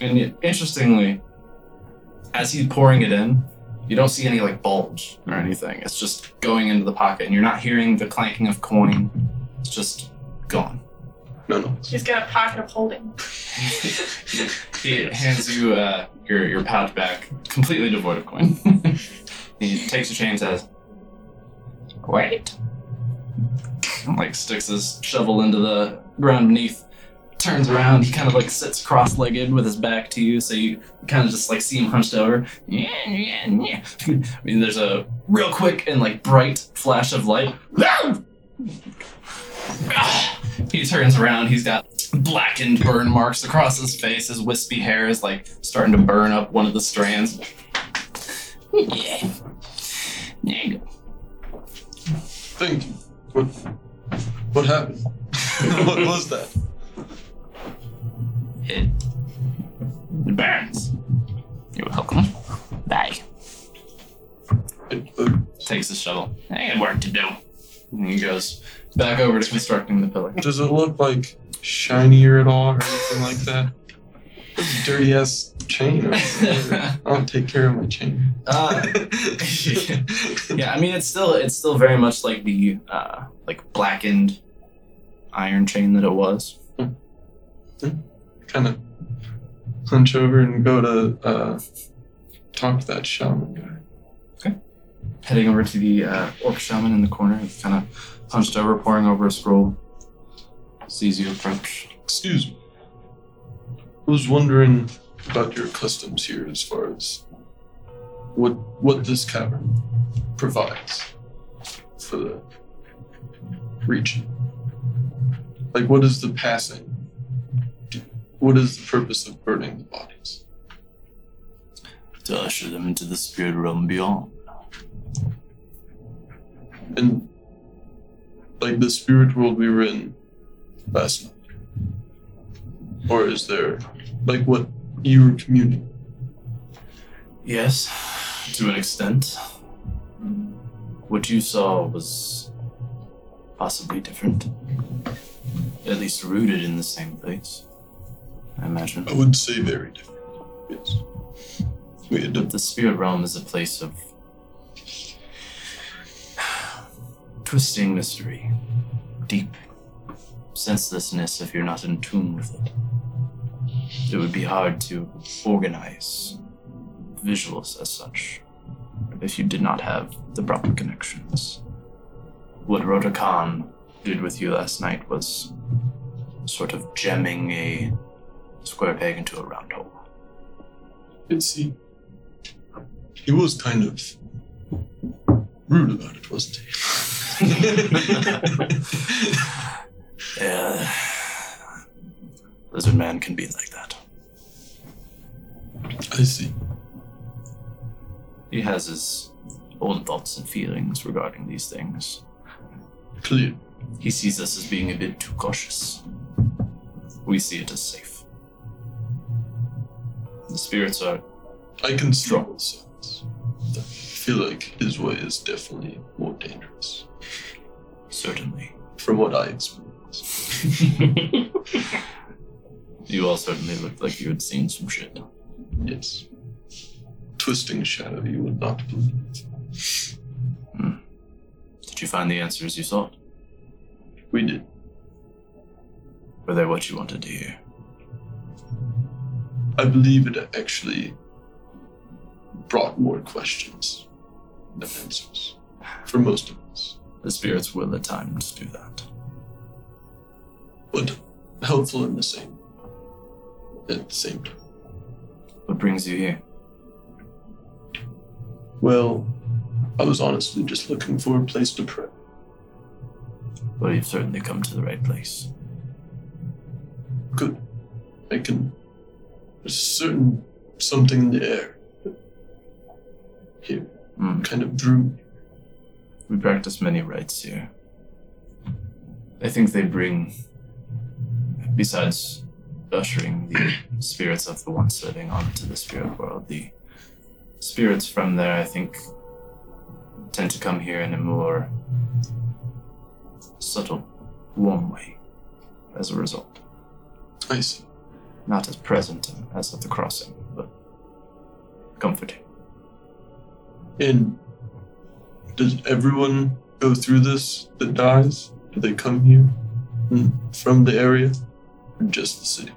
S3: And y- interestingly, as he's pouring it in, you don't see any like bulge or anything. It's just going into the pocket, and you're not hearing the clanking of coin. It's just gone.
S6: No, no.
S8: She's got a pocket of holding.
S3: He hands you uh, your your pouch back, completely devoid of coin. he takes your chain and says, "Wait." And, like sticks his shovel into the ground beneath. Turns around. He kind of like sits cross-legged with his back to you, so you kind of just like see him hunched over. Yeah, yeah, yeah. I mean, there's a real quick and like bright flash of light. he turns around. He's got blackened burn marks across his face. His wispy hair is like starting to burn up one of the strands. Yeah. There you go.
S6: Thank you. What? What happened? what was that?
S3: It burns. You're welcome. Bye.
S6: It, uh,
S3: Takes his shovel. I got work to do. And he goes back over to constructing the pillar.
S6: does it look like shinier at all or anything like that? Dirty ass chain. Or I'll take care of my chain.
S3: uh, yeah, I mean it's still it's still very much like the uh, like blackened iron chain that it was.
S6: kind of hunch over and go to uh, talk to that shaman guy.
S3: heading over to the uh, orc shaman in the corner, kind of hunched over, poring over a scroll. Sees you approach.
S6: Excuse me. I was wondering about your customs here as far as what what this cavern provides for the region. Like what is the passing? do? What is the purpose of burning the bodies?
S3: To usher them into the spirit realm beyond.
S6: And like the spirit world we were in last night. Or is there like what you were communing?
S3: Yes, to an extent. What you saw was possibly different. At least rooted in the same place, I imagine.
S6: I would say very different. Yes. We had
S3: The spirit realm is a place of twisting mystery, deep senselessness if you're not in tune with it. It would be hard to organize visuals as such if you did not have the proper connections. What Rotokan did with you last night was sort of jamming a square peg into a round hole.
S6: Did see. He was kind of rude about it, wasn't he?
S3: Yeah. Uh, Lizard Man can be like that.
S6: I see.
S3: He has his own thoughts and feelings regarding these things.
S6: Clear.
S3: He sees us as being a bit too cautious. We see it as safe. The spirits are
S6: I can struggle signs. I feel like his way is definitely more dangerous,
S3: certainly.
S6: from what I experienced.
S3: You all certainly looked like you had seen some shit.
S6: Yes. Twisting shadow, you would not believe.
S3: Did you find the answers you sought?
S6: We did.
S3: Were they what you wanted to hear?
S6: I believe it actually brought more questions than answers for most of us.
S3: The spirits will at times do that.
S6: But helpful in the same at the same time.
S3: What brings you here?
S6: Well, I was honestly just looking for a place to pray.
S3: Well, you've certainly come to the right place.
S6: Good. I can there's a certain something in the air. Here.
S3: Hmm.
S6: Kind of drew me.
S3: We practice many rites here. I think they bring, besides ushering the spirits of the once living onto the spirit world, the spirits from there, I think, tend to come here in a more subtle, warm way as a result.
S6: I see.
S3: Not as present as at the crossing, but comforting.
S6: And does everyone go through this that dies? Do they come here Mm, from the area? Or just the city?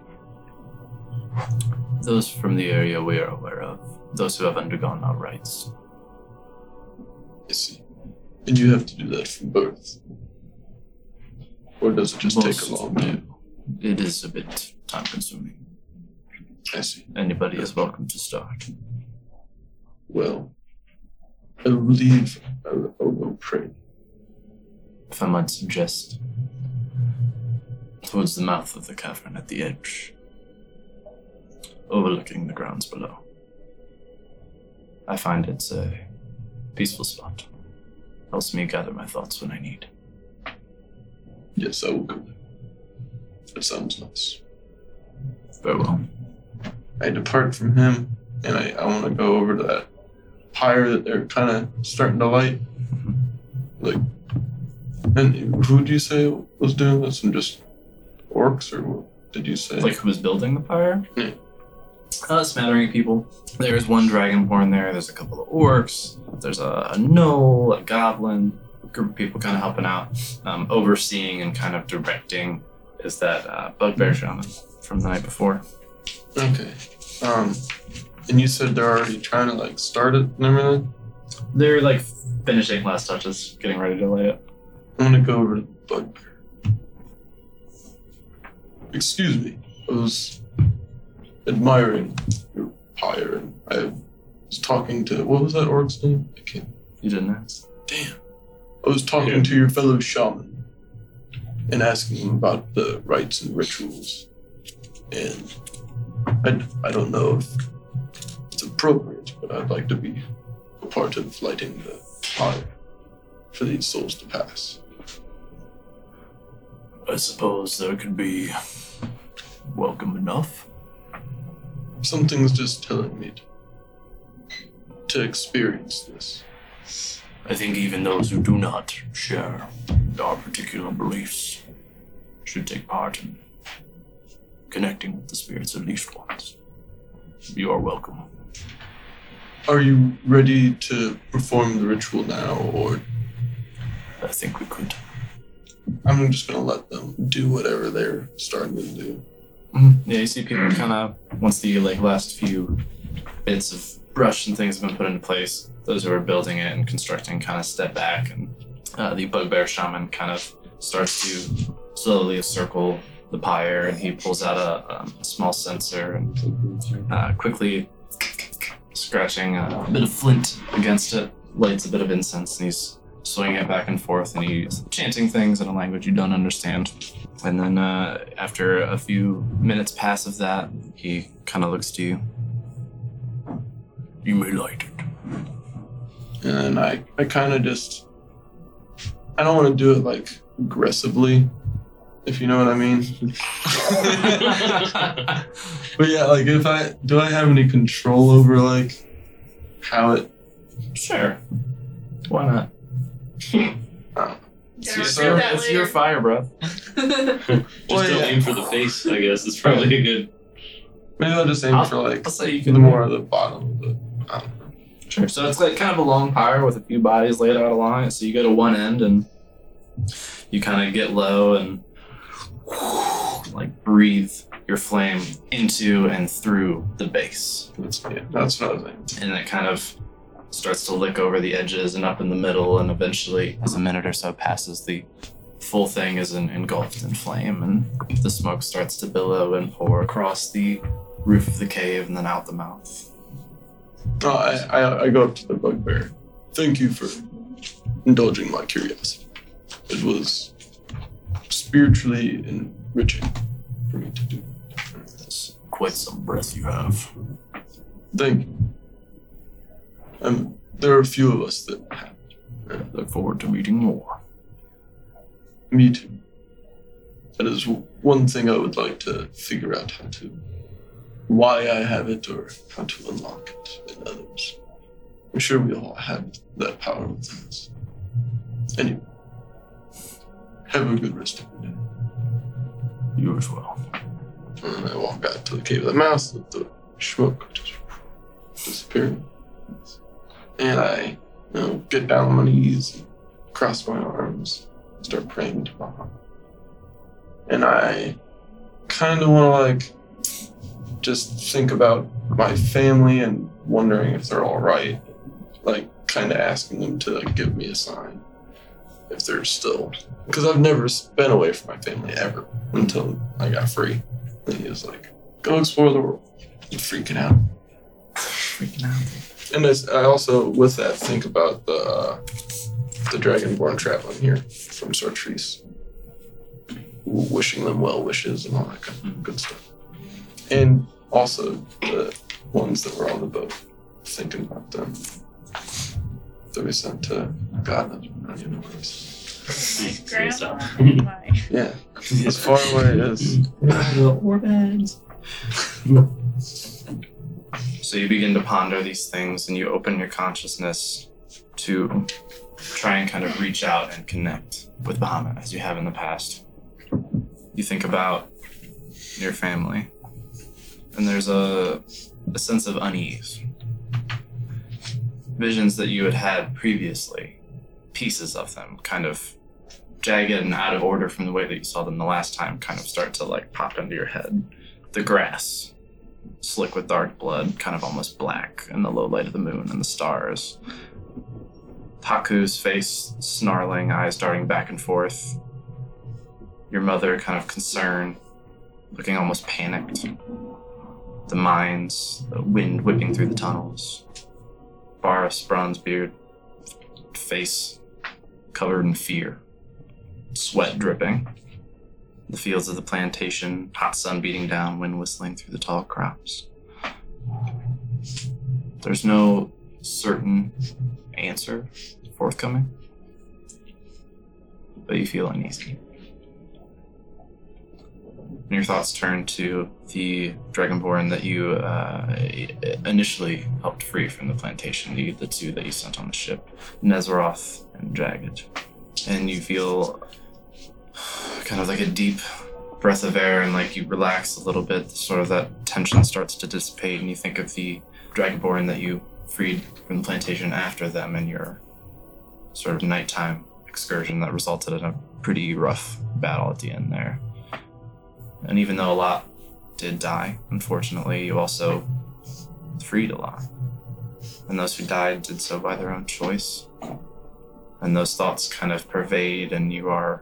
S3: Those from the area we are aware of, those who have undergone our rites,
S6: I see. And you have to do that from birth. Or does it just take a
S3: Most
S6: long time?
S3: It is a bit time consuming.
S6: I see.
S3: Anybody is welcome to start.
S6: Well, I believe I will I will pray.
S3: If I might suggest, towards the mouth of the cavern at the edge, overlooking the grounds below. I find it's a peaceful spot. Helps me gather my thoughts when I need.
S6: Yes, I will go there. That sounds nice.
S3: Very well.
S6: I depart from him, and I, I want to go over to that pyre that they're kind of starting to light. Like, and who would you say was doing this? And just orcs, or what did you say?
S3: Like who was building the pyre?
S6: Yeah.
S3: Uh, smattering of people. There's one dragonborn there. There's a couple of orcs. There's a, a gnoll, a goblin. Group of people kind of helping out, um, overseeing and kind of directing. Is that uh, bugbear shaman from the night before?
S6: okay, um, and you said they're already trying to like start it and everything.
S3: They're like finishing last touches, getting ready to lay it.
S6: I want to go over to Bugbear. Excuse me, I was admiring your pyre, and I was talking to what was that orc's name? I can't.
S3: You didn't ask.
S6: Damn. I was talking to your fellow shaman and asking him about the rites and rituals. And I, I don't know if it's appropriate, but I'd like to be a part of lighting the fire for these souls to pass.
S3: I suppose there could be welcome enough.
S6: Something's just telling me to, to experience this.
S3: I think even those who do not share our particular beliefs should take part in connecting with the spirits of least ones. You are welcome.
S6: Are you ready to perform the ritual now, or
S3: I think we could.
S6: I'm just gonna let them do whatever they're starting to do.
S3: Yeah, you see people kind of once the like last few bits of brush and things have been put into place. Those who are building it and constructing kind of step back, and uh, the bugbear shaman kind of starts to slowly circle the pyre, and he pulls out a, um, a small sensor and uh, quickly scratching a bit of flint against it, lights a bit of incense, and he's swinging it back and forth, and he's chanting things in a language you don't understand. And then uh, after a few minutes pass of that, he kind of looks to you. You may light it.
S6: And I, I kind of just, I don't want to do it like aggressively, if you know what I mean. but yeah, like if I do, I have any control over like how it.
S3: sure. Why not?
S5: Yeah,
S6: Yes,
S5: I'll
S6: sir.
S5: do that
S3: it's your fire, bro.
S5: later.
S4: Just
S6: Well,
S4: don't
S6: yeah.
S4: aim for the face, I guess. It's probably a good.
S6: Maybe I'll just aim
S3: I'll-
S6: for like
S3: I'll say you
S6: the
S3: can.
S6: more of the bottom. But I don't know.
S3: Sure. So it's like kind of a long pyre with a few bodies laid out along it. So you go to one end and you kind of get low and like breathe your flame into and through the base.
S6: That's, yeah, that's what I was aiming.
S3: and it kind of starts to lick over the edges and up in the middle and eventually as a minute or so passes the full thing is en- engulfed in flame and the smoke starts to billow and pour across the roof of the cave and then out the mouth
S6: No, I, I I go up to the bugbear. Thank you for indulging my curiosity. It was spiritually enriching for me to do.
S3: that's quite some breath you have
S6: Thank you. Um, there are a few of us that have.
S3: look forward to meeting more
S6: Me too. That is w- one thing I would like to figure out how to, why I have it or how to unlock it in others. I'm sure we all have that power within us. Anyway, have a good rest of your day.
S3: you as well
S6: And then I walk out to the cave of the mouse with the smoke just disappearing. And I you know, get down on my knees, and cross my arms, start praying to Baha. And I kind of want to like just think about my family and wondering if they're all right. Like kind of asking them to like, give me a sign if they're still. Because I've never s- been away from my family ever until I got free. And he was like, go explore the world. I'm freaking out.
S3: freaking out
S6: And as- I also, with that, think about the uh, the Dragonborn traveling here from Sartreuse, wishing them well wishes and all that kind of good stuff. And also the ones that were on the boat, thinking about them. That we sent to God knows, I don't even know where we sent.
S5: Grandma,
S4: Stop.
S5: my.
S6: Yeah, as far away as
S3: So you begin to ponder these things and you open your consciousness to try and kind of reach out and connect with Bahamut as you have in the past. You think about your family, and there's a, a sense of unease. Visions that you had had previously, pieces of them, kind of jagged and out of order from the way that you saw them the last time, kind of start to like pop into your head. The grass, slick with dark blood, kind of almost black in the low light of the moon and the stars. Haku's face snarling, eyes darting back and forth. Your mother kind of concerned, looking almost panicked. The mines, the wind whipping through the tunnels. Barus bronze beard, face covered in fear, sweat dripping the fields of the plantation, hot sun beating down, wind whistling through the tall crops. There's no certain answer forthcoming, but you feel uneasy. And your thoughts turn to the dragonborn that you uh, initially helped free from the plantation, the, the two that you sent on the ship, Nezroth and Jagged. And you feel kind of like a deep breath of air and like you relax a little bit sort of that tension starts to dissipate and you think of the dragonborn that you freed from the plantation after them and your sort of nighttime excursion that resulted in a pretty rough battle at the end there. And even though a lot did die, unfortunately, you also freed a lot. And those who died did so by their own choice. And those thoughts kind of pervade, and you are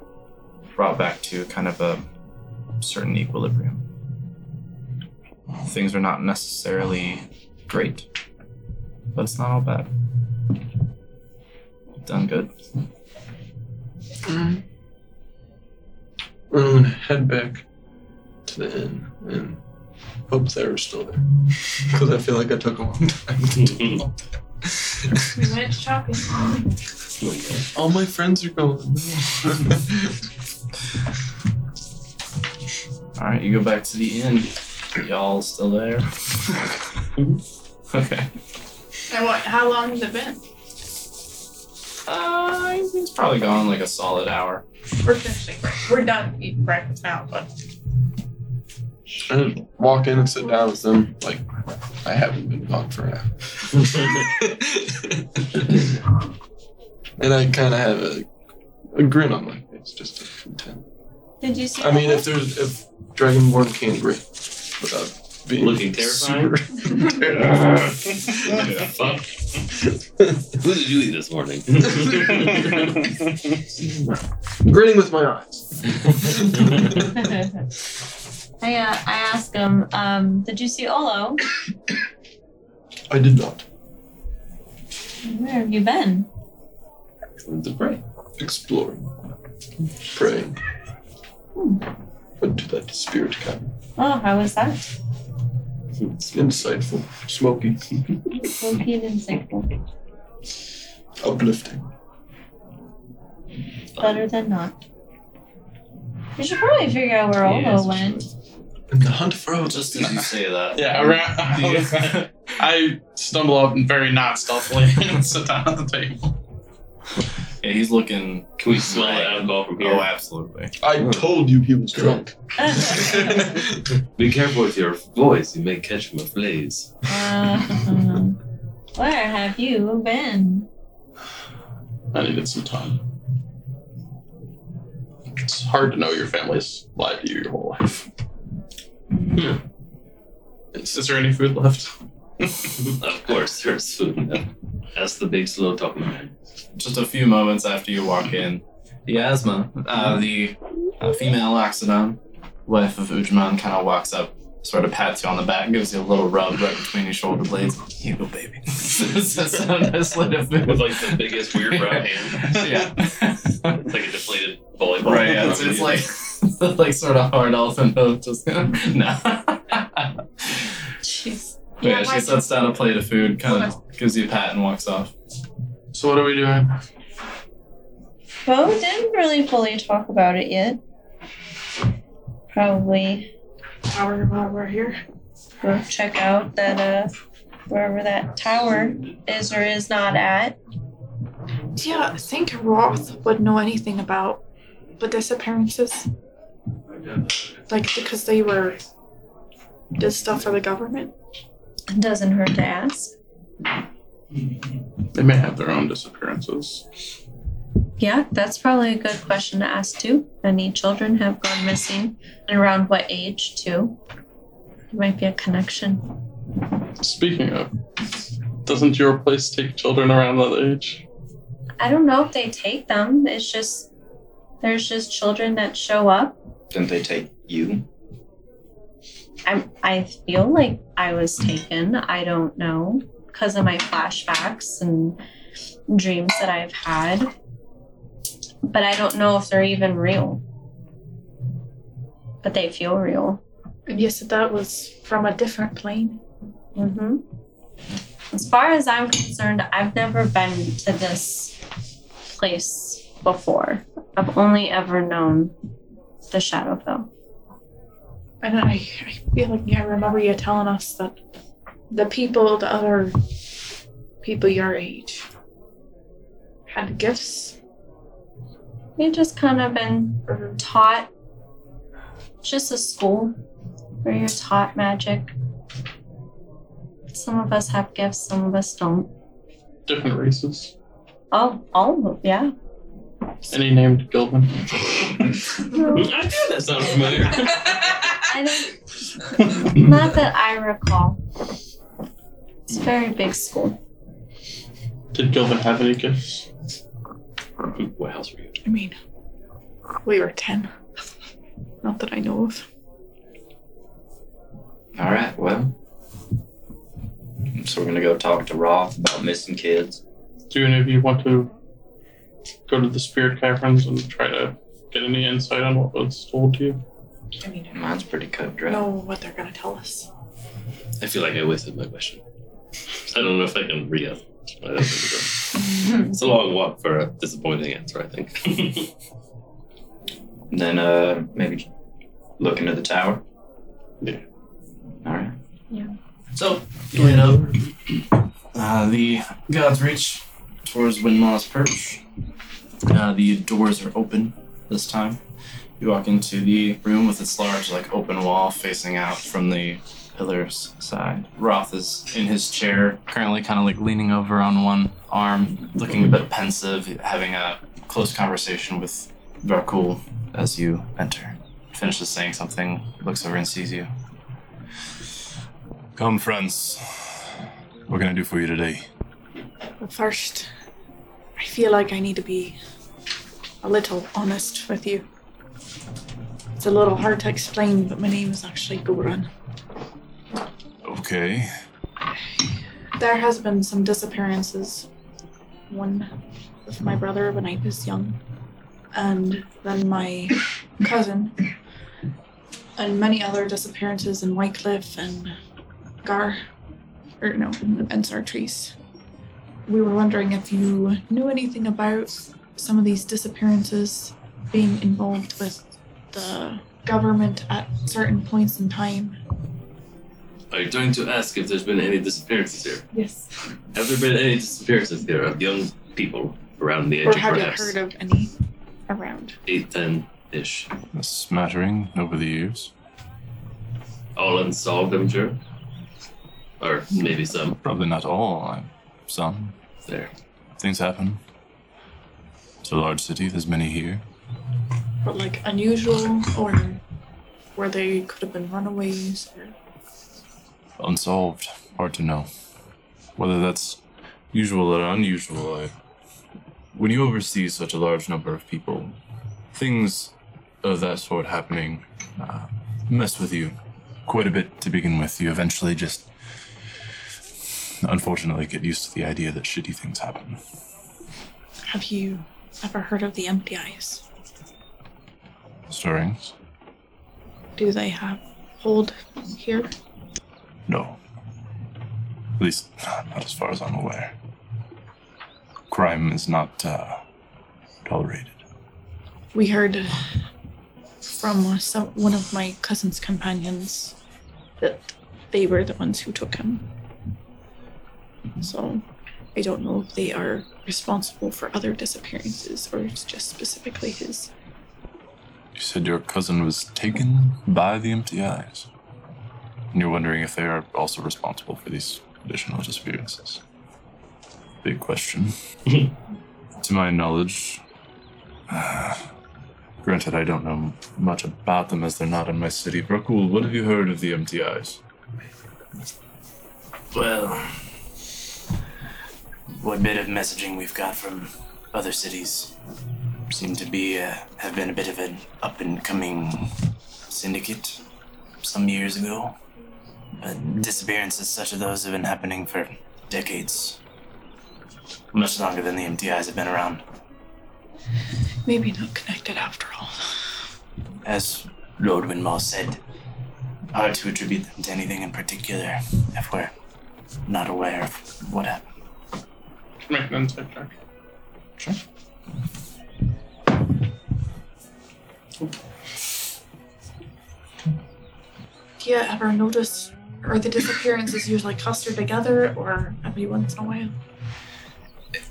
S3: brought back to kind of a certain equilibrium. Things are not necessarily great, but it's not all bad. Done good.
S6: I'm gonna Mm-hmm. head back to the inn and hope they're still there. Because I feel like I took a long time to do all that.
S8: We went shopping.
S6: All my friends are gone.
S3: All right, you go back to the inn. Y'all still there? okay.
S8: And what? How long has it been?
S3: Uh, it's probably gone like a solid hour.
S8: We're finishing breakfast. We're done eating breakfast now, but
S6: I just walk in and sit down with them. Like I haven't been gone for an hour. and I kind of have a, a grin on my face, just a content.
S10: Did you see?
S6: I mean, if there's if Dragonborn can not breathe without being
S4: Looking terrifying? Fuck. Who did you eat this morning?
S6: super- grinning with my eyes.
S10: I uh, I asked him. Um, did you see Olo?
S6: I did not
S10: Where have you been?
S4: the prey.
S6: explore, praying. Went to that spirit cabin.
S10: Oh, how was that?
S6: Insightful, smoky,
S10: Spooky and insightful.
S6: uplifting.
S10: Better than not. We should probably figure out where Olo
S3: Yes, we
S10: went.
S6: And the hunt for Otis.
S3: Just as you say that.
S7: Yeah, around, I stumble up and very not stealthily and sit down at the table.
S3: Yeah, he's looking.
S4: Can we smell the alcohol from here?
S3: Oh, absolutely.
S6: I told you he was drunk.
S4: Be careful with your voice. You may catch from a blaze.
S10: Uh, where have you been?
S7: I needed some time. It's hard to know your family's lied to you your whole life.
S3: Hmm.
S7: Is, is there any food left?
S4: Of course, there's food. left. That's the big slow talking man.
S3: Just a few moments after you walk in, the asthma, uh, the uh, female Oxodon, wife of Ujman, kind of walks up, sort of pats you on the back, and gives you a little rub right between your shoulder blades. You go, baby. That's a slit of
S4: With
S3: food.
S4: like the biggest weird brown hand.
S3: Yeah.
S4: It's like a deflated volleyball.
S3: Right, yeah, it's, it's like it's like sort of hard elephant hoof, just no.
S8: jeez.
S3: But yeah, she sets down a plate of food, kind of gives you a pat and walks off.
S7: So what are we doing?
S10: Bo didn't really fully talk about it yet. Probably
S8: Hour while we're here.
S10: go check out that uh wherever that tower is or is not at.
S8: Yeah, I think Roth would know anything about the disappearances. Like, because they were. Did stuff for the government?
S10: It doesn't hurt to ask.
S7: They may have their own disappearances.
S10: Yeah, that's probably a good question to ask too. Many children have gone missing and around what age too? There might be a connection.
S7: Speaking of, doesn't your place take children around that age?
S10: I don't know if they take them. It's just there's just children that show up.
S9: Didn't they take you?
S10: I I feel like I was taken. I don't know because of my flashbacks and dreams that I've had. But I don't know if they're even real. But they feel real.
S8: And yes, that was from a different plane.
S10: Mm-hmm. As far as I'm concerned, I've never been to this place before. I've only ever known the Shadowfell.
S8: And I, I feel like yeah, I remember you telling us that the people, the other people your age, had gifts.
S10: We've just kind of been
S8: Or
S10: taught just a school where you're taught magic. Some of us have gifts, some of us don't.
S7: Different races.
S10: Oh, all of them, yeah.
S7: And he named Gilvin.
S4: I knew that sounded familiar.
S10: I think, not that I recall. It's a very big school.
S7: Did Gilvin have any gifts?
S4: what else were you?
S8: I mean, we were 10. Not that I know of.
S9: All right, well. So we're gonna go talk to Roth about missing kids.
S7: Do any of you want to go to the spirit caverns and try to get any insight on what was told to you?
S8: I mean,
S9: Mine's pretty cut
S8: I
S9: dry.
S8: don't know what they're gonna tell us.
S4: I feel like I wasted my question. I don't know if I can re up. It's a long walk for a disappointing answer, I think.
S9: Then uh maybe look into the tower.
S4: Yeah.
S9: All right.
S3: So, you head up uh, the gods reach towards Windmaw's perch. Uh, the doors are open this time. You walk into the room with its large, like, open wall facing out from the pillar's side. Roth is in his chair, currently kind of like leaning over on one arm, looking a bit pensive, having a close conversation with Varkul as you enter. Finishes saying something, looks over and sees you.
S11: Come, friends. What can I do for you today?
S8: Well, first, I feel like I need to be a little honest with you. It's a little hard to explain, but my name is actually Goran.
S11: Okay.
S8: There has been some disappearances. One with my brother when I was young, and then my cousin, and many other disappearances in Wycliffe and Gar, or no, and Sartrees. We were wondering if you knew anything about some of these disappearances being involved with the government at certain points in time.
S4: Are you trying to ask if there's been any disappearances here?
S8: Yes.
S4: Have there been any disappearances here of young people around the age
S8: Or
S4: of
S8: have you
S4: perhaps
S8: heard of any around?
S4: eight, ten ish?
S11: A smattering over the years.
S4: All unsolved, I'm sure. Or maybe some
S11: Probably not all. I- Some.
S4: there.
S11: Things happen. It's a large city. There's many here.
S8: But like unusual or where they could have been runaways or
S11: Unsolved. Hard to know. Whether that's usual or unusual, I... when you oversee such a large number of people, things of that sort happening uh, mess with you quite a bit to begin with. You eventually just, unfortunately, get used to the idea that shitty things happen.
S8: have you ever heard of the empty eyes?
S11: Stirrings?
S8: Do they have hold here?
S11: No. At least, not as far as I'm aware. Crime is not uh, tolerated.
S8: We heard from some, one of my cousin's companions that they were the ones who took him. So I don't know if they are responsible for other disappearances or it's just specifically his.
S11: You said your cousin was taken by the empty eyes. And you're wondering if they are also responsible for these additional disappearances. Big question. to my knowledge, uh, granted, I don't know much about them as they're not in my city. Brockwool, what have you heard of the empty eyes?
S3: Well, what bit of messaging we've got from other cities seem to be uh, have been a bit of an up and coming syndicate some years ago. But disappearances such as those have been happening for decades, much longer than the MTIs have been around.
S8: Maybe not connected after all.
S3: As Lord Windmall said, hard to attribute them to anything in particular if we're not aware of what happened.
S7: Make an insight check.
S8: Do you ever notice, are the disappearances usually clustered together or every once in a while?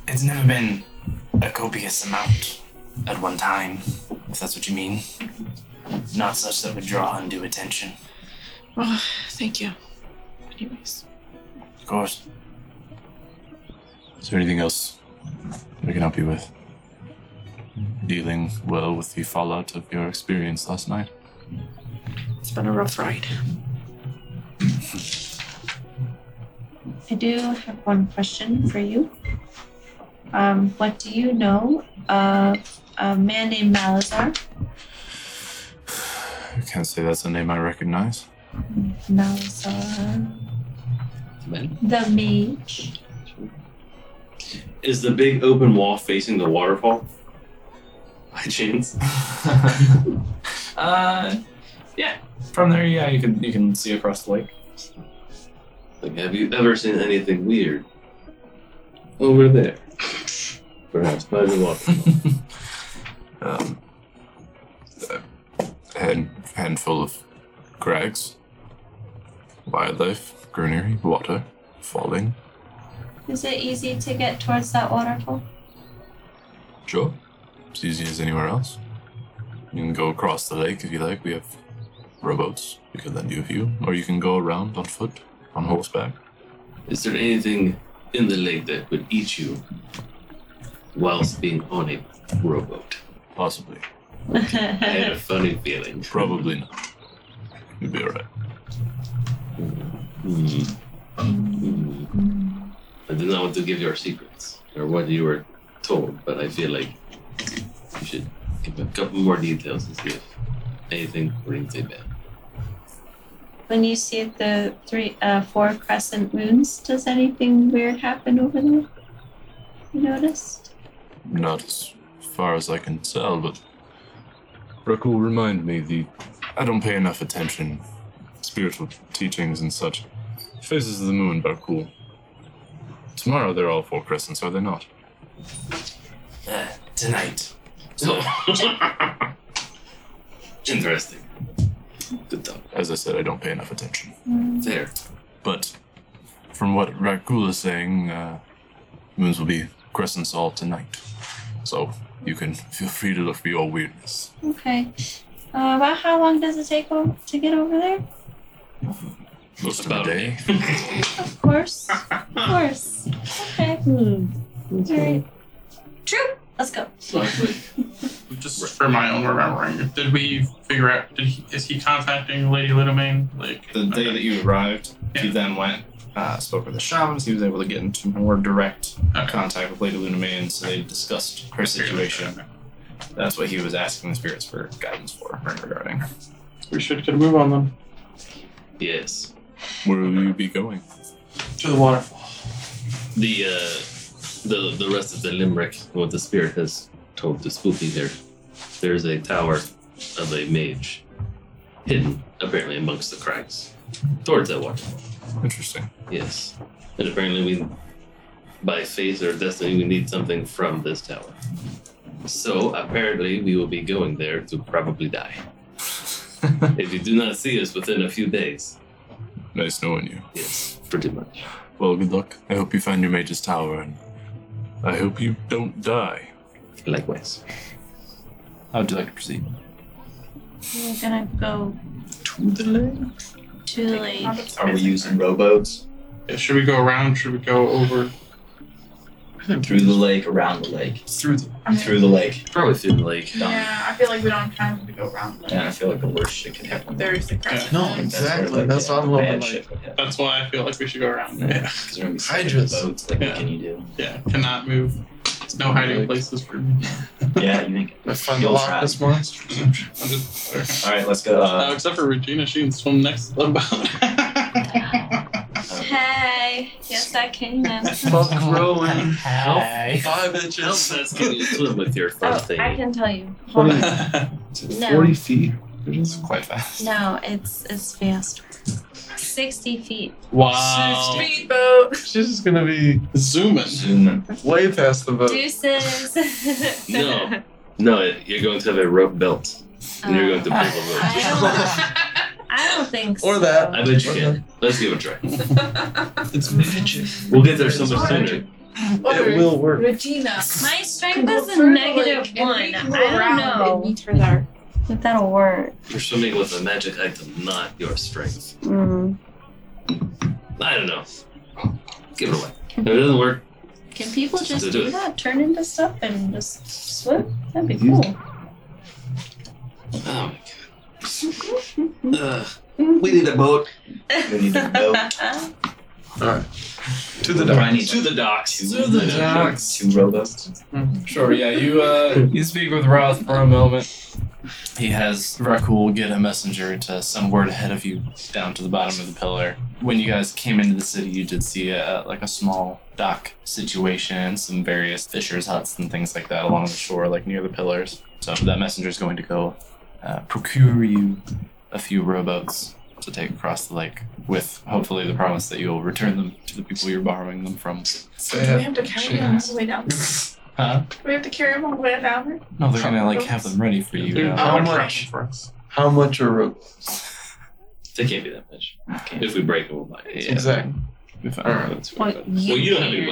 S3: It's never been a copious amount at one time, if that's what you mean. Not such that would draw undue attention.
S8: Well, thank you. Anyways,
S3: Of course,
S11: Is there anything else I can help you with?
S3: dealing well with the fallout of your experience last night.
S8: It's been a rough ride.
S12: I do have one question for you. Um, what do you know of a man named Malazar?
S3: I can't say that's a name I recognize.
S12: Malazar,
S4: Man.
S12: the mage.
S4: Is the big open wall facing the waterfall? By chance?
S13: Uh, yeah. From there, yeah, you can you can see across the lake.
S4: Like, have you ever seen anything weird over there? Perhaps by the waterfall.
S3: Um, a hand, handful of crags, wildlife, greenery, water, falling.
S10: Is it easy to get towards that waterfall?
S3: Sure. It's easy as anywhere else. You can go across the lake if you like. We have rowboats. We could lend you a few. Or you can go around on foot, on horseback.
S4: Is there anything in the lake that would eat you whilst being on a rowboat?
S3: Possibly.
S4: I had a funny feeling.
S3: Probably not. You'll be alright.
S4: I did not want to give your secrets or what you were told, but I feel like you should give a couple more details and see if anything rings a bell.
S10: When you see the three, uh, four crescent moons, does anything weird happen over there? You noticed?
S3: Not as far as I can tell, but Brooke will remind me the I don't pay enough attention. Spiritual teachings and such. Phases of the moon are cool. Tomorrow they're all four crescents, are they not?
S13: Uh, tonight.
S4: Interesting. Good though.
S3: As I said, I don't pay enough attention.
S4: There.
S3: But from what Rakul is saying, uh, moons will be crescents all tonight. So you can feel free to look for your weirdness.
S10: Okay. Uh, about how long does it take o- to get over there?
S3: Most of the day.
S10: Of course. Of course. Okay.
S7: Hmm.
S10: All right. True. Let's go.
S7: Just for my own remembering, did we figure out? Did he, is he contacting Lady Lidomain? Like
S13: The day that you arrived, you then went, uh, spoke with the shamans. He was able to get into more direct contact with Lady Lunamain, so they discussed her situation. That's what he was asking the spirits for guidance for regarding.
S7: We should get a move on them.
S4: Yes.
S3: Where will you be going?
S7: To the waterfall.
S4: The uh, the the rest of the limerick, what the spirit has told the spooky there. There's a tower of a mage hidden apparently amongst the crags towards that waterfall.
S3: Interesting.
S4: Yes. And apparently we by fate or destiny we need something from this tower. So apparently we will be going there to probably die. if you do not see us within a few days.
S3: Nice knowing you.
S4: Yes, pretty much.
S3: Well, good luck. I hope you find your mage's tower, and I hope you don't die.
S4: Likewise.
S3: How would you like to proceed?
S12: We're gonna go
S7: To the lake.
S12: to the lake.
S14: Are we using rowboats?
S7: Yeah, should we go around? Should we go over?
S14: Through the lake, around the lake.
S7: Through the
S14: Through the lake.
S4: Probably through the lake.
S14: Done.
S8: Yeah, I feel like we don't have time to go around
S14: And I feel like the worst shit could happen.
S8: There's the
S7: crescent
S6: No, exactly. That's what
S14: Bad
S6: I'm hoping. Like,
S14: shit could happen.
S7: That's why I feel like we should go around.
S14: Yeah.
S7: Yeah.
S14: 'Cause we're gonna be stuck in
S6: Hydras.
S14: boats. Like,
S7: Yeah.
S14: what can you do?
S7: Yeah. Cannot move. There's no hiding places for me.
S14: Yeah, you think.
S6: I find the
S14: You'll
S6: Loch
S14: try.
S6: Ness monster.
S7: I'm just.
S14: All right, let's go.
S7: Uh,
S14: Uh,
S7: except for Regina, she can swim next to the boat.
S10: Hey. Yes, I can.
S7: Fuck Rowan.
S13: How?
S7: Bye, bitches.
S4: Can you swim with your
S10: Oh,
S4: first thing?
S10: I can tell you. Hold on.
S7: That's
S10: No.
S6: Forty feet.
S13: It's quite fast.
S10: No, it's it's faster. Sixty feet.
S6: Uh,
S7: wow.
S8: Speedboat.
S6: She's just gonna be
S7: Zooming.
S14: zoom
S6: way past the boat.
S10: Deuces.
S4: Uh, No. No, it- you're going to have a rope belt. And you're going to pull
S10: Uh,
S4: the rope.
S10: I don't, I don't think so.
S6: Or that.
S4: I bet you can. Let's give it a try.
S6: It's magic.
S4: We'll get there so much sooner.
S6: It will work.
S8: Regina.
S10: My strength is a negative one. I don't know
S8: meet her there.
S10: if that'll work.
S4: You're swimming with a magic item, not your strength.
S10: Mm.
S4: I don't know. Give it away. If it doesn't work,
S10: Can people
S4: Just
S10: just
S4: do
S10: do
S4: it.
S10: that? Turn into stuff and just swim? That'd be cool.
S4: Oh my god. Ugh. we need a boat.
S9: We need to go
S6: Alright. To the
S9: Brian
S6: docks.
S9: needs
S3: To the docks. To
S9: two
S3: the docks.
S9: two rowboats.
S3: Sure, yeah. You uh, you speak with Roth for a moment. He has Raku will get a messenger to send word ahead of you down to the bottom of the pillar. When you guys came into the city, you did see a, like a small dock situation, some various fishers' huts and things like that along the shore, like near the pillars. So that messenger's going to go uh, procure you a few rowboats to take across the lake, with hopefully the promise that you'll return them to the people you're borrowing them from.
S6: They
S8: Do we
S6: have-
S8: have to carry him all the way down? Do
S3: Huh?
S8: we have to carry him all the way down?
S3: No, they're gonna like have them ready for you. uh,
S6: Dude,
S3: now.
S6: how
S7: They're
S6: much?
S7: crashing For us.
S6: How much are ropes?
S4: They can't be that much. If we break them, we'll buy it.
S6: Exactly.
S3: If I-
S6: Alright.
S4: That's
S10: Well,
S4: what well,
S10: you
S4: you, you don't have any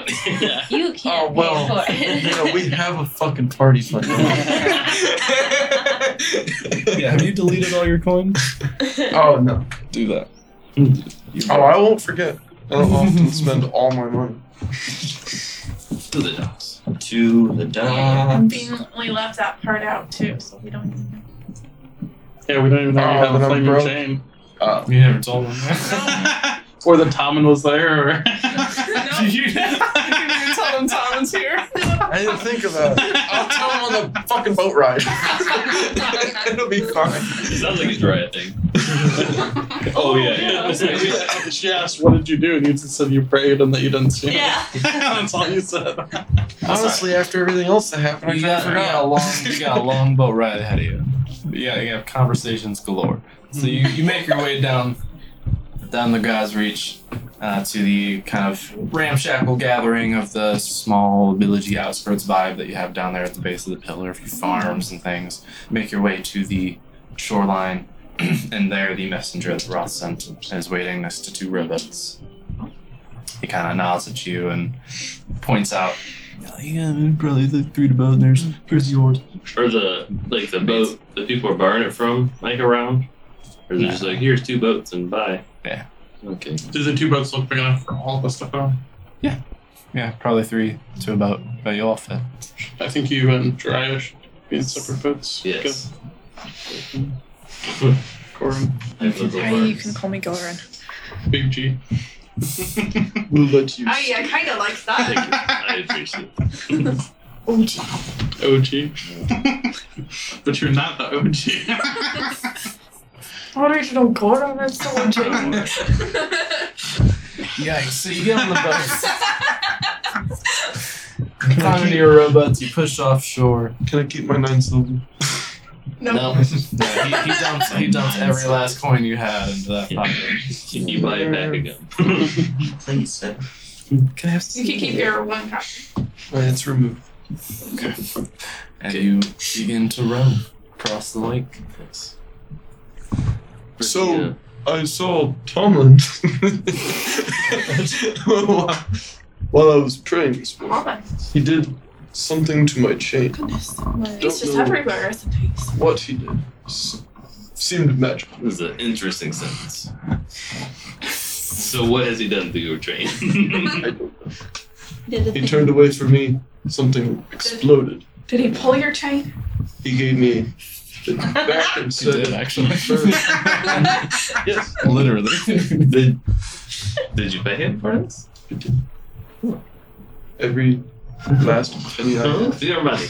S4: money.
S10: You can't
S6: Oh, well.
S10: pay for
S6: You
S10: it.
S6: know, we have a fucking party fund.
S3: yeah, have you deleted all your coins? Hmm.
S6: oh no.
S3: Do that.
S6: Oh, I won't forget. I don't often spend all my money.
S4: to the docks.
S9: To the dock.
S8: We left that part out too, so we don't even know.
S7: Yeah, we don't even know
S6: Oh,
S7: you have
S6: then
S7: a
S6: I'm
S7: flaming
S6: broke.
S7: chain.
S6: Uh,
S3: You never told them.
S7: Or the Tommen was there. Or
S3: you never told them Tomlin's here.
S6: I didn't think about it. I'll tell him on the fucking boat ride. It'll be fine.
S4: Sounds like he's rioting. oh yeah, yeah.
S7: she asked, "What did you do?" And you just said you prayed and that you didn't see him.
S10: yeah.
S7: That's all you said.
S6: Honestly, after everything else that happened, I
S3: You
S6: kind of
S3: got, you got a long,
S6: forgot.
S3: you got a long boat ride ahead of you. Yeah, you have conversations galore. So you, you make your way down, down the God's Reach, uh, to the kind of ramshackle gathering of the small villagey outskirts vibe that you have down there at the base of the pillar, a few farms and things. Make your way to the shoreline, and there the messenger that Roth sent is waiting next to two rivets. He kind of nods at you and points out yeah, probably the three to both. There's here's yours.
S4: Or the like the boat the people are borrowing it from, like around. Or they're just like, here's two boats and bye.
S3: Yeah.
S4: Okay.
S7: Do the two boats look big enough for all of us to go?
S3: Yeah, probably three to about about you all fit.
S7: I think you and Drya should be in separate boats.
S4: Yes.
S7: Good. Corin,
S4: I have little
S8: Hey, you
S4: words.
S8: can call me Goran.
S7: Big G.
S6: We'll let you.
S8: I kind of like
S4: Thank you. I appreciate it.
S8: Oh, gee.
S7: OG. but you're not the OG.
S8: Original Goran, that's so legit.
S3: Yikes! So you get on the boat. Climb into your robots. You push offshore.
S6: Can I keep my nine silver?
S3: No, no. he, he dumps. He dumps every last coin you had into that pocket.
S4: Can you buy it back again?
S9: Please, sir.
S4: Can I have
S8: You can keep your one copy.
S6: Alright, it's removed.
S3: And you begin to roam across the lake.
S6: So- I saw Tomlin while I was praying this morning.
S8: Hold on.
S6: He did something to my chain.
S8: Goodness.
S6: Don't
S8: He's just
S6: know.
S8: everywhere, isn't he?
S6: What he did s- seemed magical.
S4: This is an interesting sentence. So what has he done to your train?
S6: I don't know.
S10: Did the
S6: He turned away from me. Something exploded.
S8: Did he pull your chain?
S6: He gave me the back and
S3: You
S6: said,
S3: did actually,
S4: yes.
S3: literally.
S4: Did, did you pay him for this?
S6: every last penny I
S4: Huh?
S6: had.
S4: Your money.